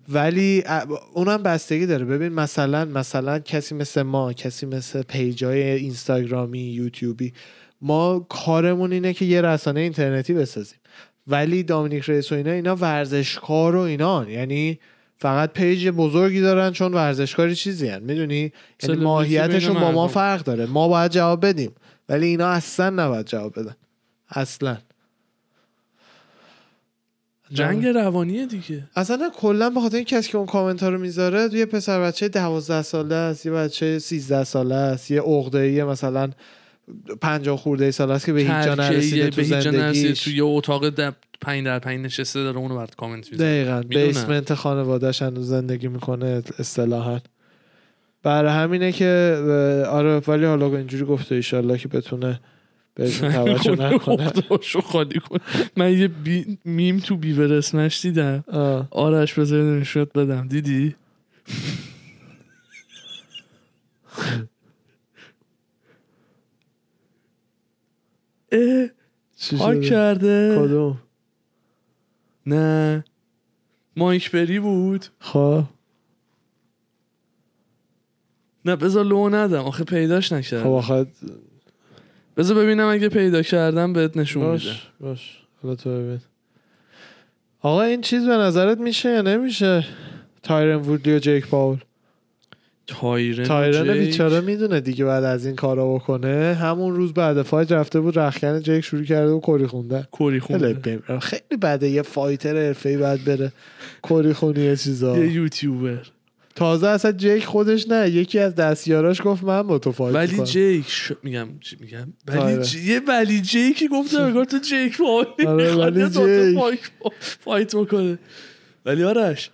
Speaker 2: ولی ا- اونم بستگی داره ببین مثلا مثلا کسی مثل ما کسی مثل پیجای اینستاگرامی یوتیوبی ما کارمون اینه که یه رسانه اینترنتی بسازیم ولی دامینیک رئیس و اینا اینا ورزشکار و اینان یعنی فقط پیج بزرگی دارن چون ورزشکاری چیزی هن میدونی یعنی
Speaker 1: سلبریتی
Speaker 2: ماهیتشون
Speaker 1: بین
Speaker 2: با ما
Speaker 1: مردم.
Speaker 2: فرق داره ما باید جواب بدیم ولی اینا اصلا نباید جواب بدن اصلا
Speaker 1: جنگ روانیه دیگه
Speaker 2: اصلا نه، کلا به خاطر این کسی که اون کامنت ها رو میذاره یه پسر بچه 12 ساله است یه بچه 13 ساله است یه عقده‌ای مثلا 50 خورده ساله است که به هیچ جا
Speaker 1: ترکیه
Speaker 2: نرسیده تو
Speaker 1: به هیچ جا نرسیده
Speaker 2: زندگیش
Speaker 1: تو یه اتاق دب... پنج در پنج نشسته داره اونو برات کامنت میزنه
Speaker 2: دقیقا
Speaker 1: میدونم.
Speaker 2: بیسمنت خانوادهش هنوز زندگی میکنه اصطلاحا برای همینه که اه، آره ولی حالا اینجوری گفته ایشالله که بتونه
Speaker 1: <laughs>
Speaker 2: بهشون توجه نکنه
Speaker 1: خودشو خالی کن من یه بی... میم تو بیور اسمش دیدم
Speaker 2: آه.
Speaker 1: آرش بذار نشونت بدم دیدی اه،
Speaker 2: چی
Speaker 1: پاک
Speaker 2: شده؟
Speaker 1: کرده
Speaker 2: کدوم
Speaker 1: نه مایک بری بود
Speaker 2: خب
Speaker 1: نه بذار لو ندم آخه پیداش
Speaker 2: خب
Speaker 1: نکردم
Speaker 2: آخه
Speaker 1: بذار ببینم اگه پیدا کردم بهت نشون میدم
Speaker 2: باش باش حالا تو ببین آقا این چیز به نظرت میشه یا نمیشه تایرن وودلی و جیک پاول
Speaker 1: تایرن
Speaker 2: تایرن
Speaker 1: جیک.
Speaker 2: بیچاره میدونه دیگه بعد از این کارا بکنه همون روز بعد فایت رفته بود رخکن جیک شروع کرده و کری خوندن
Speaker 1: کری
Speaker 2: هله
Speaker 1: خونه
Speaker 2: ببین. خیلی بده یه فایتر حرفه‌ای بعد بره کری خونی یه چیزا
Speaker 1: یه یوتیوبر
Speaker 2: تازه اصلا جیک خودش نه یکی از دستیاراش گفت من با تو فایت
Speaker 1: ولی
Speaker 2: می‌کنم.
Speaker 1: جیک ش... میگم چی میگم ولی
Speaker 2: آره.
Speaker 1: ج... یه ولی جیکی
Speaker 2: <laughs>
Speaker 1: گفتم انگار تو جیک فاولی
Speaker 2: آره،
Speaker 1: <laughs> میخواد
Speaker 2: ولی
Speaker 1: یه دوتا
Speaker 2: جیک.
Speaker 1: فایت فایت بکنه ولی آرش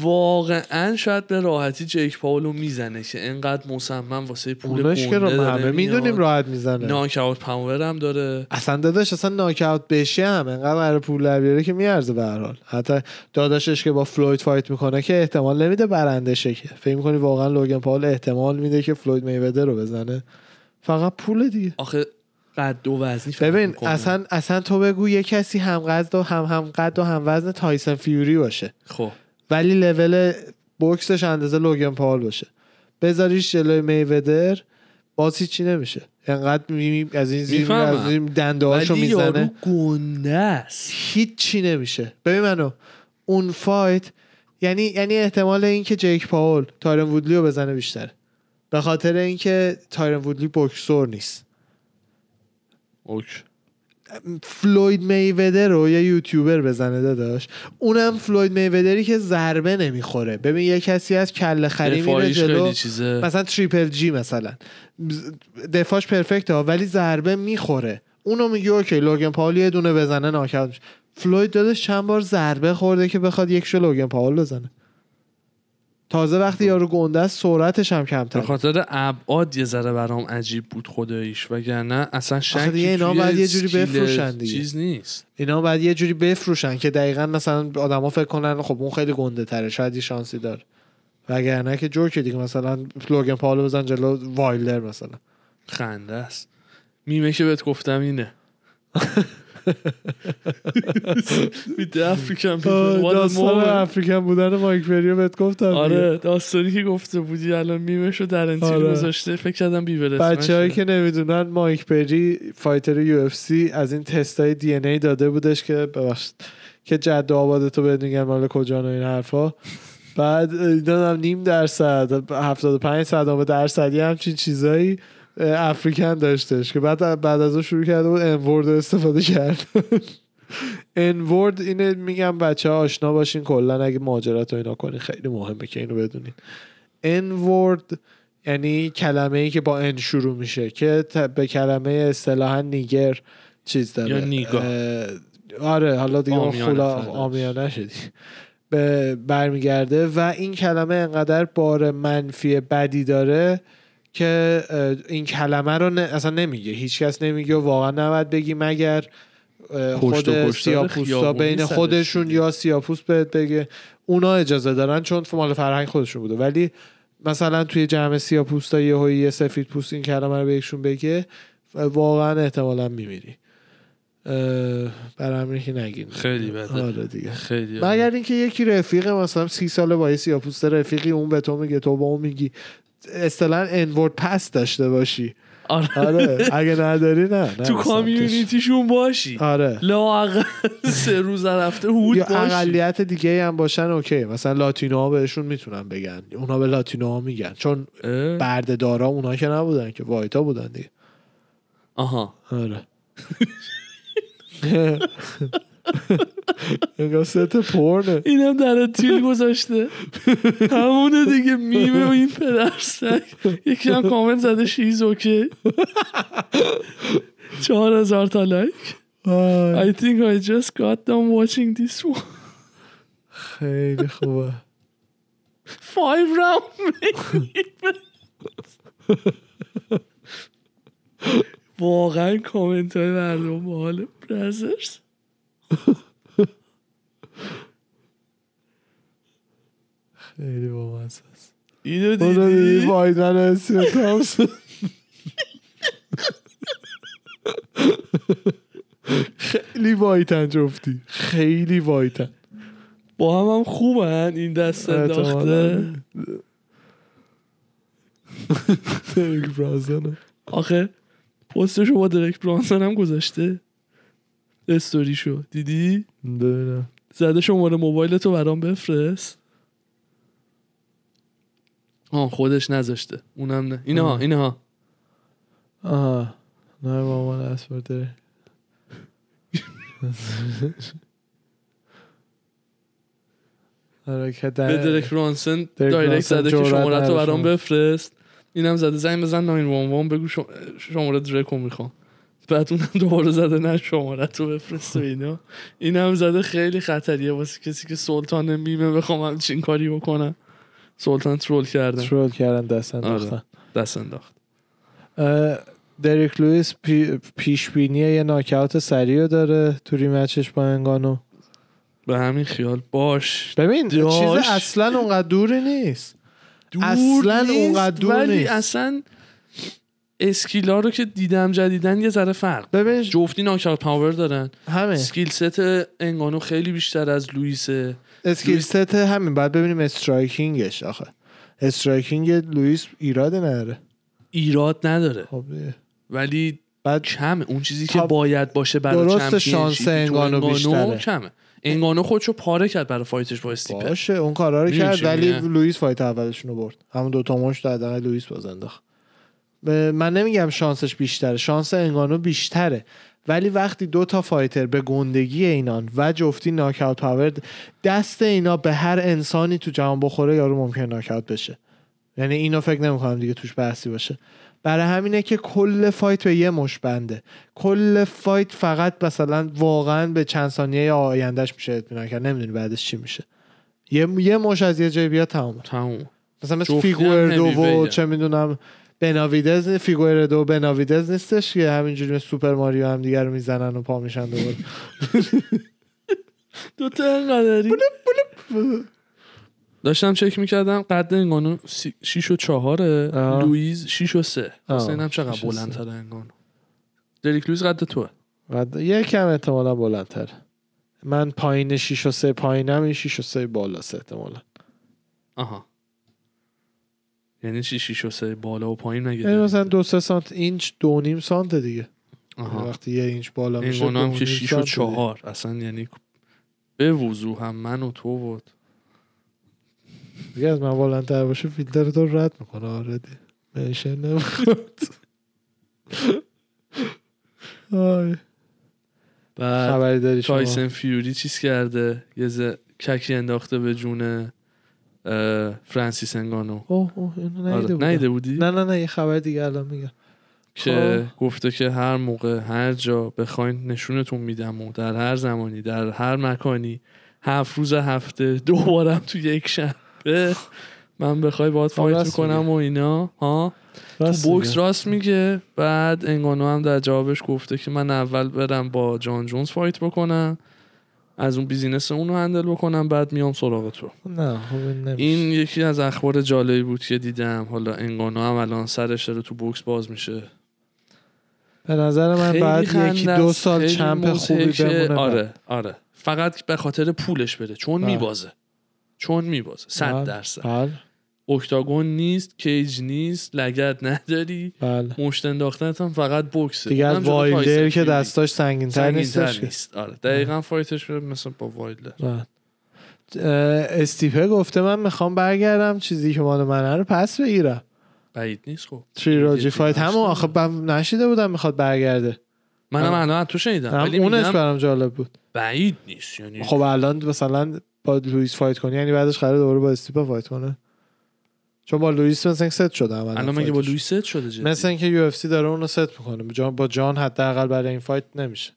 Speaker 1: واقعا شاید به راحتی جیک پاولو میزنه که انقدر مصمم واسه پول
Speaker 2: اوناش که
Speaker 1: گنده
Speaker 2: رو
Speaker 1: داره
Speaker 2: همه میدونیم
Speaker 1: میاد.
Speaker 2: راحت میزنه
Speaker 1: ناک آوت پاور هم داره
Speaker 2: اصلا داداش اصلا ناکاوت بشه هم انقدر قرار پول در بیاره که میارزه به هر حال حتی داداشش که با فلوید فایت میکنه که احتمال نمیده برنده شه که فکر میکنی واقعا لوگن پاول احتمال میده که فلوید میودر رو بزنه فقط پول دیگه
Speaker 1: آخه قد و وزنی فرق
Speaker 2: ببین
Speaker 1: می‌کنه.
Speaker 2: اصلا اصلا تو بگو یه کسی هم قد و هم هم قد و هم وزن تایسون فیوری باشه
Speaker 1: خب
Speaker 2: ولی لول بوکسش اندازه لوگن پاول باشه بذاریش جلوی میودر باز هیچی نمیشه انقدر می- از این زیر میره،
Speaker 1: میفهمم.
Speaker 2: از این دنده هاشو
Speaker 1: ولی یارو
Speaker 2: میزنه
Speaker 1: گنده است
Speaker 2: هیچی نمیشه ببین منو اون فایت یعنی یعنی احتمال اینکه جیک پاول تایرن وودلی رو بزنه بیشتر به خاطر اینکه تایرن وودلی بوکسور نیست
Speaker 1: اوکی.
Speaker 2: فلوید میودر رو یه یوتیوبر بزنه داداش اونم فلوید میودری که ضربه نمیخوره ببین یه کسی از کله خری یعنی میره
Speaker 1: دفاعیش
Speaker 2: جلو
Speaker 1: خیلی چیزه
Speaker 2: مثلا تریپل جی مثلا دفاعش پرفکت ها ولی ضربه میخوره اونو میگه اوکی لوگن پاول یه دونه بزنه ناکاوت میشه فلوید دادش چند بار ضربه خورده که بخواد یک شو لوگن پاول بزنه تازه وقتی یارو گنده است سرعتش هم
Speaker 1: به
Speaker 2: کمتر
Speaker 1: خاطر ابعاد یه ذره برام عجیب بود خداییش وگرنه اصلا شکی
Speaker 2: دیگه اینا
Speaker 1: توی
Speaker 2: باید یه جوری
Speaker 1: اسکیل
Speaker 2: بفروشن دیگه.
Speaker 1: چیز نیست
Speaker 2: اینا باید یه جوری بفروشن که دقیقا مثلا آدما فکر کنن خب اون خیلی گنده تره شاید یه شانسی داره وگرنه که جوکه دیگه مثلا لوگن پاول رو بزن جلو وایلدر مثلا
Speaker 1: خنده است میمه که بهت گفتم
Speaker 2: <laughs>
Speaker 1: اینه With the African people, what a
Speaker 2: داستان
Speaker 1: moment.
Speaker 2: افریکن بودن مایک پریو بهت گفتم دیگه.
Speaker 1: آره داستانی که گفته بودی الان میمش رو در انتیل
Speaker 2: آره.
Speaker 1: گذاشته فکر کردم بیبرس
Speaker 2: بچههایی که نمیدونن مایک پری فایتر یو اف سی از این تستای دی ان ای داده بودش که ببخشید که جد و آباد تو بهت میگن مال کجان و این حرفا بعد اینا هم نیم درصد 75 صدام درصدی همچین چیزایی اه، افریکن داشتش که بعد بعد از اون شروع کرده بود انورد رو استفاده کرد انورد اینه میگم بچه ها آشنا باشین کلا اگه مهاجرت رو اینا کنین خیلی مهمه که اینو بدونین انورد یعنی کلمه ای که با ان شروع میشه که ت- به کلمه اصطلاحا نیگر چیز داره
Speaker 1: یا نیگا.
Speaker 2: اه، آره حالا دیگه اون
Speaker 1: آمیانه
Speaker 2: خلا
Speaker 1: فرداش.
Speaker 2: آمیانه شدی به برمیگرده و این کلمه انقدر بار منفی بدی داره که اه، این کلمه رو نه- اصلا نمیگه هیچکس نمیگه و واقعا نباید بگی مگر اه،
Speaker 1: پشت و
Speaker 2: خود
Speaker 1: پشت داره،
Speaker 2: سیاپوستا
Speaker 1: خیابونی
Speaker 2: بین
Speaker 1: سرش
Speaker 2: خودشون
Speaker 1: دیگه.
Speaker 2: یا سیاپوست بهت بگه اونا اجازه دارن چون مال فرهنگ خودشون بوده ولی مثلا توی جمع سیاپوستا یه یه سفید پوست این کلمه رو بهشون بگه واقعا احتمالا میمیری برای همین که نگین
Speaker 1: خیلی بده
Speaker 2: آره دیگه
Speaker 1: خیلی بده.
Speaker 2: مگر اینکه یکی رفیق مثلا سی ساله با یه سیاپوست رفیقی اون به تو میگه تو با اون میگی اصطلاحا انورد پس داشته باشی
Speaker 1: آره.
Speaker 2: آره اگه نداری نه, نه
Speaker 1: <laughs> تو
Speaker 2: سمتش.
Speaker 1: کامیونیتیشون باشی
Speaker 2: آره
Speaker 1: لااقل سه روز رفته هود
Speaker 2: یا
Speaker 1: باشی
Speaker 2: اقلیت دیگه هم باشن اوکی مثلا لاتینو ها بهشون میتونن بگن اونا به لاتینو ها میگن چون
Speaker 1: اه؟
Speaker 2: بردهدارا اونا که نبودن که وایتا بودن دیگه
Speaker 1: آها
Speaker 2: آره <laughs> انگار ست پرنه
Speaker 1: اینم در تیل گذاشته همونه دیگه میمه و این پدر سگ یکی هم کامنت زده شیز اوکی چهار هزار تا لایک
Speaker 2: آی،
Speaker 1: I think I just got done watching this one
Speaker 2: خیلی خوبه
Speaker 1: five round main event. واقعا کامنت های مردم با حال برزرز
Speaker 2: خیلی بامزه است
Speaker 1: اینو
Speaker 2: اونو دیدی
Speaker 1: دیدی؟
Speaker 2: وایدمن اسیو تامسون خیلی وایتن جفتی خیلی وایتن
Speaker 1: با هم هم خوبن این دست انداخته
Speaker 2: احتمالاً. دریک برانسون.
Speaker 1: آخه پستشو با درک برانسون هم گذاشته استوریشو دیدی
Speaker 2: ببینم
Speaker 1: زده شماره موبایل تو برام بفرست آه خودش نذاشته اونم نه اینها اینها
Speaker 2: آها نه با من اسپر داره حرکت آره، در-
Speaker 1: به درک رانسن
Speaker 2: درک
Speaker 1: دایرکت
Speaker 2: رانسن
Speaker 1: زده که
Speaker 2: جرأت
Speaker 1: شماره تو
Speaker 2: نداشت.
Speaker 1: برام بفرست اینم زده زنگ بزن 911 بگو شم- شماره درکو میخوام بعد اونم دوباره زده نه شماره تو بفرست و اینا اینم زده خیلی خطریه واسه کسی که سلطان میمه بخوام همچین کاری بکنم سلطان ترول کردم
Speaker 2: ترول کردن دست انداختن
Speaker 1: آره. دست انداخت
Speaker 2: اه، دریک لوئیس پی، پیش بینی یه ناکاوت سریع رو داره تو ریمچش با انگانو
Speaker 1: به همین خیال باش
Speaker 2: ببین
Speaker 1: داش.
Speaker 2: چیز اصلا اونقدر دوری نیست
Speaker 1: دور
Speaker 2: اصلاً
Speaker 1: نیست،
Speaker 2: اونقدر دور
Speaker 1: ولی
Speaker 2: نیست.
Speaker 1: اصلا اسکیلا رو که دیدم جدیدن یه ذره فرق
Speaker 2: ببین
Speaker 1: جفتی ناکاوت پاور دارن
Speaker 2: همه
Speaker 1: سکیل ست انگانو خیلی بیشتر از لوئیسه
Speaker 2: اسکیل ست همین باید ببینیم استرایکینگش آخه استرایکینگ لوئیس ایراد نداره
Speaker 1: ایراد نداره
Speaker 2: خب دیگه.
Speaker 1: ولی
Speaker 2: بعد
Speaker 1: کمه اون چیزی که
Speaker 2: تا-
Speaker 1: باید باشه برای
Speaker 2: درست
Speaker 1: چمپیونشیپ
Speaker 2: شانس
Speaker 1: تو
Speaker 2: انگانو بیشتره.
Speaker 1: کمه انگانو خودشو پاره کرد برای فایتش با استیپه
Speaker 2: باشه اون کارا رو
Speaker 1: می‌دونی
Speaker 2: کرد
Speaker 1: چی
Speaker 2: ولی
Speaker 1: میگم؟
Speaker 2: لوئیس فایت اولشون رو برد همون دوتا مش در دقیقه لوئیس باز انداخت به- من نمیگم شانسش بیشتره شانس انگانو بیشتره ولی وقتی دو تا فایتر به گندگی اینان و جفتی ناکاوت پاور د- دست اینا به هر انسانی تو جهان بخوره یارو ممکن ناکاوت بشه یعنی اینو فکر نمیکنم دیگه توش بحثی باشه برای همینه که کل فایت به یه مش بنده کل فایت فقط مثلا واقعا به چند ثانیه آیندهش میشه اطمینان کرد نمیدونی بعدش چی میشه یه یه مش از یه جای بیاد تمام
Speaker 1: تمام
Speaker 2: مثلا
Speaker 1: جفتی
Speaker 2: مثل
Speaker 1: هم
Speaker 2: فیگوردو و
Speaker 1: heavyweight.
Speaker 2: چه میدونم بناویدز نی- فیگوردو و بناویدز نیستش که همینجوری مثل سوپر ماریو هم دیگر رو میزنن و پا میشن دوباره
Speaker 1: دوتا انقدری داشتم چک میکردم قد انگانو سی- شیش و چهاره
Speaker 2: آه.
Speaker 1: لویز شیش و سه
Speaker 2: آه.
Speaker 1: اصلا اینم چقدر
Speaker 2: شیش و سه.
Speaker 1: بلندتر انگانو دریک لویز قد توه
Speaker 2: بعد یه کم احتمالا بلندتر من پایین 6 و 3 پایینم این 6 و 3 بالا سه احتمالا
Speaker 1: آها یعنی چی شیش و سه بالا و پایین
Speaker 2: یعنی
Speaker 1: مگه
Speaker 2: مثلا 2 3 سانت اینچ 2 نیم سانت دیگه
Speaker 1: آها
Speaker 2: وقتی یه اینچ بالا میشه
Speaker 1: انگانو
Speaker 2: دو
Speaker 1: هم
Speaker 2: نیم
Speaker 1: که 6 و
Speaker 2: سانت دیگه.
Speaker 1: چهار اصلا یعنی به وضوع هم من و تو و
Speaker 2: دیگه از من بلندتر باشه فیلتر تو رو رد میکنه آردی منشن نمیخواد
Speaker 1: <laughs>
Speaker 2: آی.
Speaker 1: بعد
Speaker 2: خبری داری شما
Speaker 1: تایسن فیوری چیز کرده یه ز... ککی انداخته به جون اه، فرانسیس انگانو
Speaker 2: اوه اوه اینو
Speaker 1: آره،
Speaker 2: نایده
Speaker 1: ندیده بودی
Speaker 2: خب، نه خب. نه نه یه خبر دیگه الان میگم
Speaker 1: که گفته که هر موقع هر جا بخواین نشونتون میدم و در هر زمانی در هر مکانی هفت روز هفته دوبارم تو یک شنبه من بخوای باید فایت
Speaker 2: خب، راست
Speaker 1: میکنم
Speaker 2: میگه.
Speaker 1: و اینا ها
Speaker 2: راست
Speaker 1: بوکس
Speaker 2: میگه.
Speaker 1: راست میگه بعد انگانو هم در جوابش گفته که من اول برم با جان جونز فایت بکنم از اون بیزینس اون رو هندل بکنم بعد میام سراغ تو
Speaker 2: نه خب این نمیشه.
Speaker 1: این یکی از اخبار جالبی بود که دیدم حالا انگانو هم الان سرش داره تو بوکس باز میشه
Speaker 2: به نظر من
Speaker 1: خیلی
Speaker 2: بعد
Speaker 1: خنده
Speaker 2: یکی دو
Speaker 1: است،
Speaker 2: سال
Speaker 1: خیلی
Speaker 2: چمپ
Speaker 1: مضحکه.
Speaker 2: خوبی بمونه
Speaker 1: آره آره فقط به خاطر پولش بره چون
Speaker 2: بله.
Speaker 1: میبازه چون میبازه صد
Speaker 2: بله.
Speaker 1: درصد
Speaker 2: بله
Speaker 1: اکتاگون نیست کیج نیست لگت نداری
Speaker 2: بله
Speaker 1: مشت انداختنت هم فقط بوکسه
Speaker 2: دیگه
Speaker 1: اونم
Speaker 2: از
Speaker 1: جلو
Speaker 2: وایلدر
Speaker 1: تایسون
Speaker 2: که
Speaker 1: فیوری.
Speaker 2: دستاش سنگین تر
Speaker 1: سنگین‌تر
Speaker 2: نیستش که.
Speaker 1: نیست آره دقیقا فایتش بره مثل با وایلدر
Speaker 2: بله. اه، استیپه گفته من میخوام برگردم چیزی که مال منه رو پس بگیرم
Speaker 1: بعید نیست خب
Speaker 2: تریلوجی
Speaker 1: دیگه
Speaker 2: فایت
Speaker 1: نشنیدم.
Speaker 2: همون آخه من نشیده بودم میخواد برگرده
Speaker 1: منم
Speaker 2: آره.
Speaker 1: الان تو شنیدم
Speaker 2: هم
Speaker 1: ولی
Speaker 2: اونش
Speaker 1: میگم
Speaker 2: برام جالب بود
Speaker 1: بعید نیست یعنی
Speaker 2: خب الان مثلا با لوئیس فایت کنی یعنی بعدش قرار دوباره با استیپا فایت کنه چون با لوئیس مثلا اینکه ست شده عملا
Speaker 1: الان مگه با
Speaker 2: فایتش.
Speaker 1: لویست شده جدی
Speaker 2: مثل اینکه یو اف سی داره اونو ست میکنه با جان, با جان حداقل برای این فایت نمیشه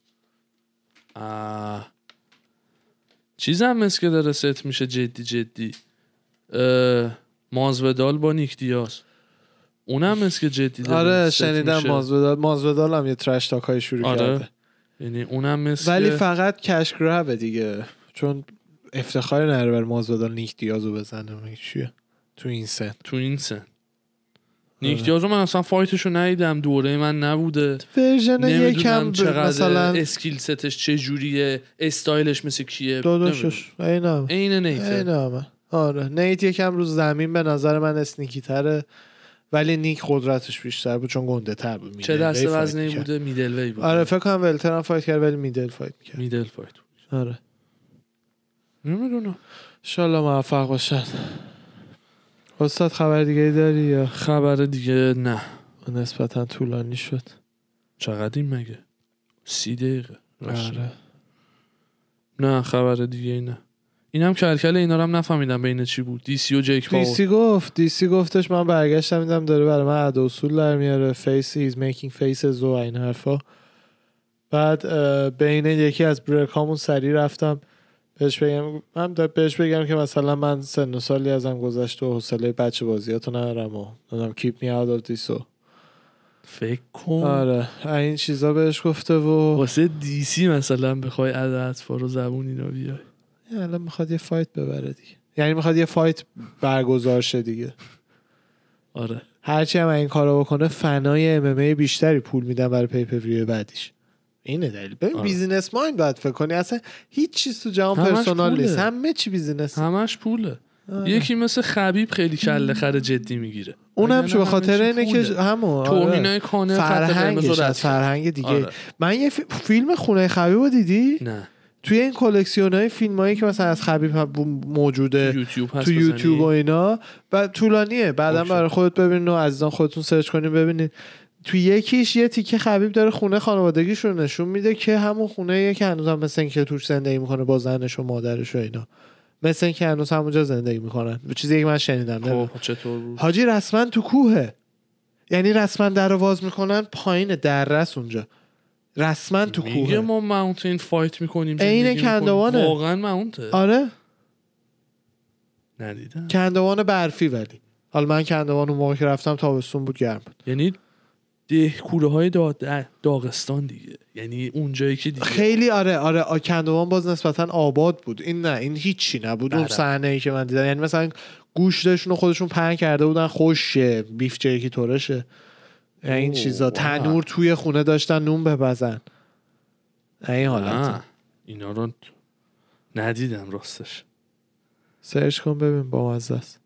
Speaker 1: آه. چیزم مثل که داره ست میشه جدی جدی اه، مازودال با نیک دیاز اونم مثل که جدی داره
Speaker 2: آره
Speaker 1: ست
Speaker 2: شنیدم
Speaker 1: میشه.
Speaker 2: مازودال مازودال هم یه ترش تاک های شروع
Speaker 1: آره.
Speaker 2: کرده
Speaker 1: یعنی اونم مثل
Speaker 2: ولی
Speaker 1: که-
Speaker 2: فقط کش گرابه دیگه چون افتخار نره بر مازودال نیک دیازو بزنه مگه چیه تو این سن
Speaker 1: تو این
Speaker 2: آره.
Speaker 1: سن نیک دیاز رو من اصلا فایتشو ندیدم دوره من نبوده
Speaker 2: ورژن یکم
Speaker 1: نمیدونم
Speaker 2: ب-
Speaker 1: چقدر
Speaker 2: مثلا
Speaker 1: اسکیل ستش چجوریه استایلش مثل کیه
Speaker 2: داداشش اینم
Speaker 1: عین نیته
Speaker 2: اینم آره نیت یکم رو زمین به نظر من اسنیکی تره ولی نیک قدرتش بیشتر بود چون گنده تر بود
Speaker 1: چه
Speaker 2: میدل وی
Speaker 1: دست
Speaker 2: فایت
Speaker 1: وزنی
Speaker 2: میکرد.
Speaker 1: بوده میدل وی بوده
Speaker 2: آره فکر کنم ولتر هم فایت کرد ولی میدل فایت میکرد
Speaker 1: میدل فایت
Speaker 2: آره
Speaker 1: نمیدونم
Speaker 2: انشالله موفق باشد استاد خبر دیگه داری یا
Speaker 1: خبر دیگه نه
Speaker 2: نسبتا طولانی شد
Speaker 1: چقدر این مگه سی دقیقه آره.
Speaker 2: آره.
Speaker 1: نه خبر دیگه ای نه این هم کلکل اینا رو هم نفهمیدم بین چی بود دیسی و جیک پاور
Speaker 2: دیسی گفت دیسی گفتش من برگشتم دیدم داره برای من عد و اصول در میاره فیس ایز میکینگ فیسز و این حرفا بعد اه، بین یکی از بریک هامون سریع رفتم بهش بگم من دا- بهش بگم که مثلا من سن و سالی ازم گذشته و حوصله بچه بازیاتو ندارم و نمیدونم کیپ می اوت دیسو
Speaker 1: فکر کن
Speaker 2: آره این چیزا بهش گفته و
Speaker 1: واسه دیسی مثلا بخوای عدد فارو زبون اینا بیای
Speaker 2: الان میخواد یه فایت ببره دیگه یعنی میخواد یه فایت برگزار شه دیگه
Speaker 1: آره
Speaker 2: هرچی هم این کارو بکنه فنای ام بیشتری پول میدن برای پی پر ویو بعدیش اینه دلیل ببین
Speaker 1: آره.
Speaker 2: بیزینس مایند باید فکر کنی اصلا هیچ چیز تو جهان
Speaker 1: همش
Speaker 2: پرسونال
Speaker 1: پوله.
Speaker 2: نیست همه چی بیزینس
Speaker 1: همش پوله
Speaker 2: آره.
Speaker 1: یکی مثل خبیب خیلی کله خر جدی میگیره یعنی
Speaker 2: اونم چه به خاطر اینه که
Speaker 1: که
Speaker 2: همون آره.
Speaker 1: توهینای کانر خط قرمز
Speaker 2: فرهنگش
Speaker 1: رو رد
Speaker 2: از
Speaker 1: کرد.
Speaker 2: فرهنگ دیگه
Speaker 1: آره.
Speaker 2: من یه فی- فیلم خونه خبیب رو دیدی
Speaker 1: نه
Speaker 2: توی این کلکسیون های فیلم هایی که مثلا از خبیب هم موجوده
Speaker 1: یوتیوب هست خب
Speaker 2: تو
Speaker 1: بزنی.
Speaker 2: یوتیوب و اینا و طولانیه بعدا
Speaker 1: اوکی.
Speaker 2: برای خودت ببینین و عزیزان خودتون سرچ کنین ببینین تو یکیش یه تیکه خبیب داره خونه خانوادگیش رو نشون میده که همون خونه یه که هنوز هم مثل اینکه توش زندگی میکنه با زنش و مادرش و اینا مثل اینکه هنوز همونجا زندگی میکنن چیزی که من شنیدم نمی‌دونم.
Speaker 1: خب چطور بود
Speaker 2: حاجی رسما تو کوهه یعنی رسما در رو باز میکنن پایین دررس اونجا رسما تو
Speaker 1: میگه
Speaker 2: کوهه
Speaker 1: ما ماونتین فایت میکنیم
Speaker 2: عین
Speaker 1: زندگی می‌کنیم.
Speaker 2: کندوانه.
Speaker 1: واقعا ماونته
Speaker 2: آره
Speaker 1: ندیدم
Speaker 2: کندوان برفی ولی حالا من کندوان اون موقع که رفتم تابستون بود گرم بود.
Speaker 1: یعنی دهکوره های داغستان دیگه یعنی اونجایی که دیگه
Speaker 2: خیلی آره آره آ- کندوان باز نسبتا آباد بود این نه این هیچی نبود اون
Speaker 1: بله.
Speaker 2: صحنه ای که من دیدم یعنی مثلا گوشتشون رو خودشون پهن کرده بودن خوشه بیف جرکی ترشه یعنی این
Speaker 1: اوه،
Speaker 2: چیزا
Speaker 1: واو.
Speaker 2: تنور توی خونه داشتن نون بپزن یعنی این حالت
Speaker 1: نه، اینا رو ندیدم راستش
Speaker 2: سرچ کن ببین با مزه است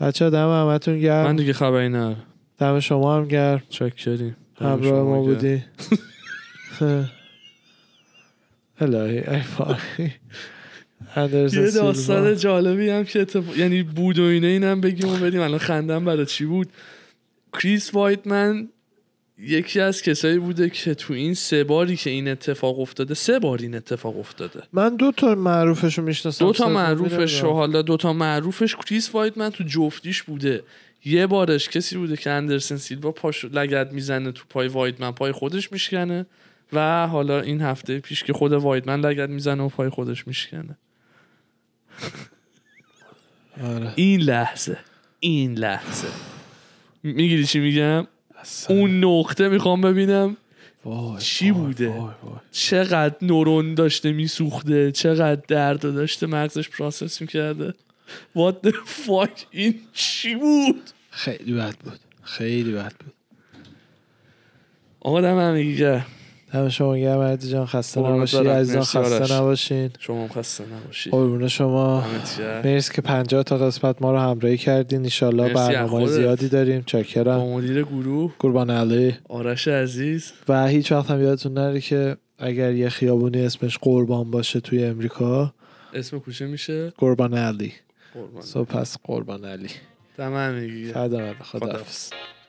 Speaker 2: بچه دم همتون
Speaker 1: من
Speaker 2: گرم
Speaker 1: دیگه خبری ندارم
Speaker 2: دم شما هم گرم
Speaker 1: چکریم
Speaker 2: همراه ما بودی <laughs> الهی ای فاقی
Speaker 1: یه
Speaker 2: اندرسون سیلوا.
Speaker 1: داستان جالبی هم که اتفاق... یعنی بود و اینه اینم بگیم و بریم الان خندم برای چی بود کریس وایتمن یکی از کسایی بوده که تو این سه باری که این اتفاق افتاده سه بار این اتفاق افتاده
Speaker 2: من دو تا معروفش رو میشناسم
Speaker 1: دو تا معروفش و حالا دو تا معروفش کریس وایتمن تو جفتیش بوده یه بارش کسی بوده که اندرسن سیلوا پاش لگد میزنه تو پای وایتمن پای خودش میشکنه و حالا این هفته پیش که خود وایتمن لگد میزنه و پای خودش میشکنه این لحظه این لحظه میگیری چی میگم اون نقطه میخوام ببینم چی بوده چقدر نورون داشته میسوخته چقدر درد داشته مغزش پروسس میکرده What the fuck این چی بود
Speaker 2: خیلی بد بود خیلی بد بود
Speaker 1: آقا دم همگی گرم.
Speaker 2: دم شما گرم مردی جان خسته
Speaker 1: قربونت
Speaker 2: نباشی
Speaker 1: برم.
Speaker 2: عزیزان
Speaker 1: مرسی آرش.
Speaker 2: خسته نباشین
Speaker 1: شما هم خسته نباشی
Speaker 2: قربون شما
Speaker 1: دمت گرم.
Speaker 2: مرسی که 50 تا قسمت ما رو همراهی کردین ایشالله
Speaker 1: مرسی از
Speaker 2: برنامه
Speaker 1: خودت.
Speaker 2: زیادی داریم
Speaker 1: با
Speaker 2: چاکرم
Speaker 1: مدیر گروه
Speaker 2: قربان علی
Speaker 1: آرش عزیز
Speaker 2: و هیچ وقت هم یادتون نره که اگر یه خیابونی اسمش قربان باشه توی امریکا
Speaker 1: اسم کوچه میشه
Speaker 2: قربان علی
Speaker 1: قربان
Speaker 2: سو پس قربان علی
Speaker 1: دم همگی گرم.
Speaker 2: فدا خدا
Speaker 1: خداحافظ.
Speaker 2: خداحافظ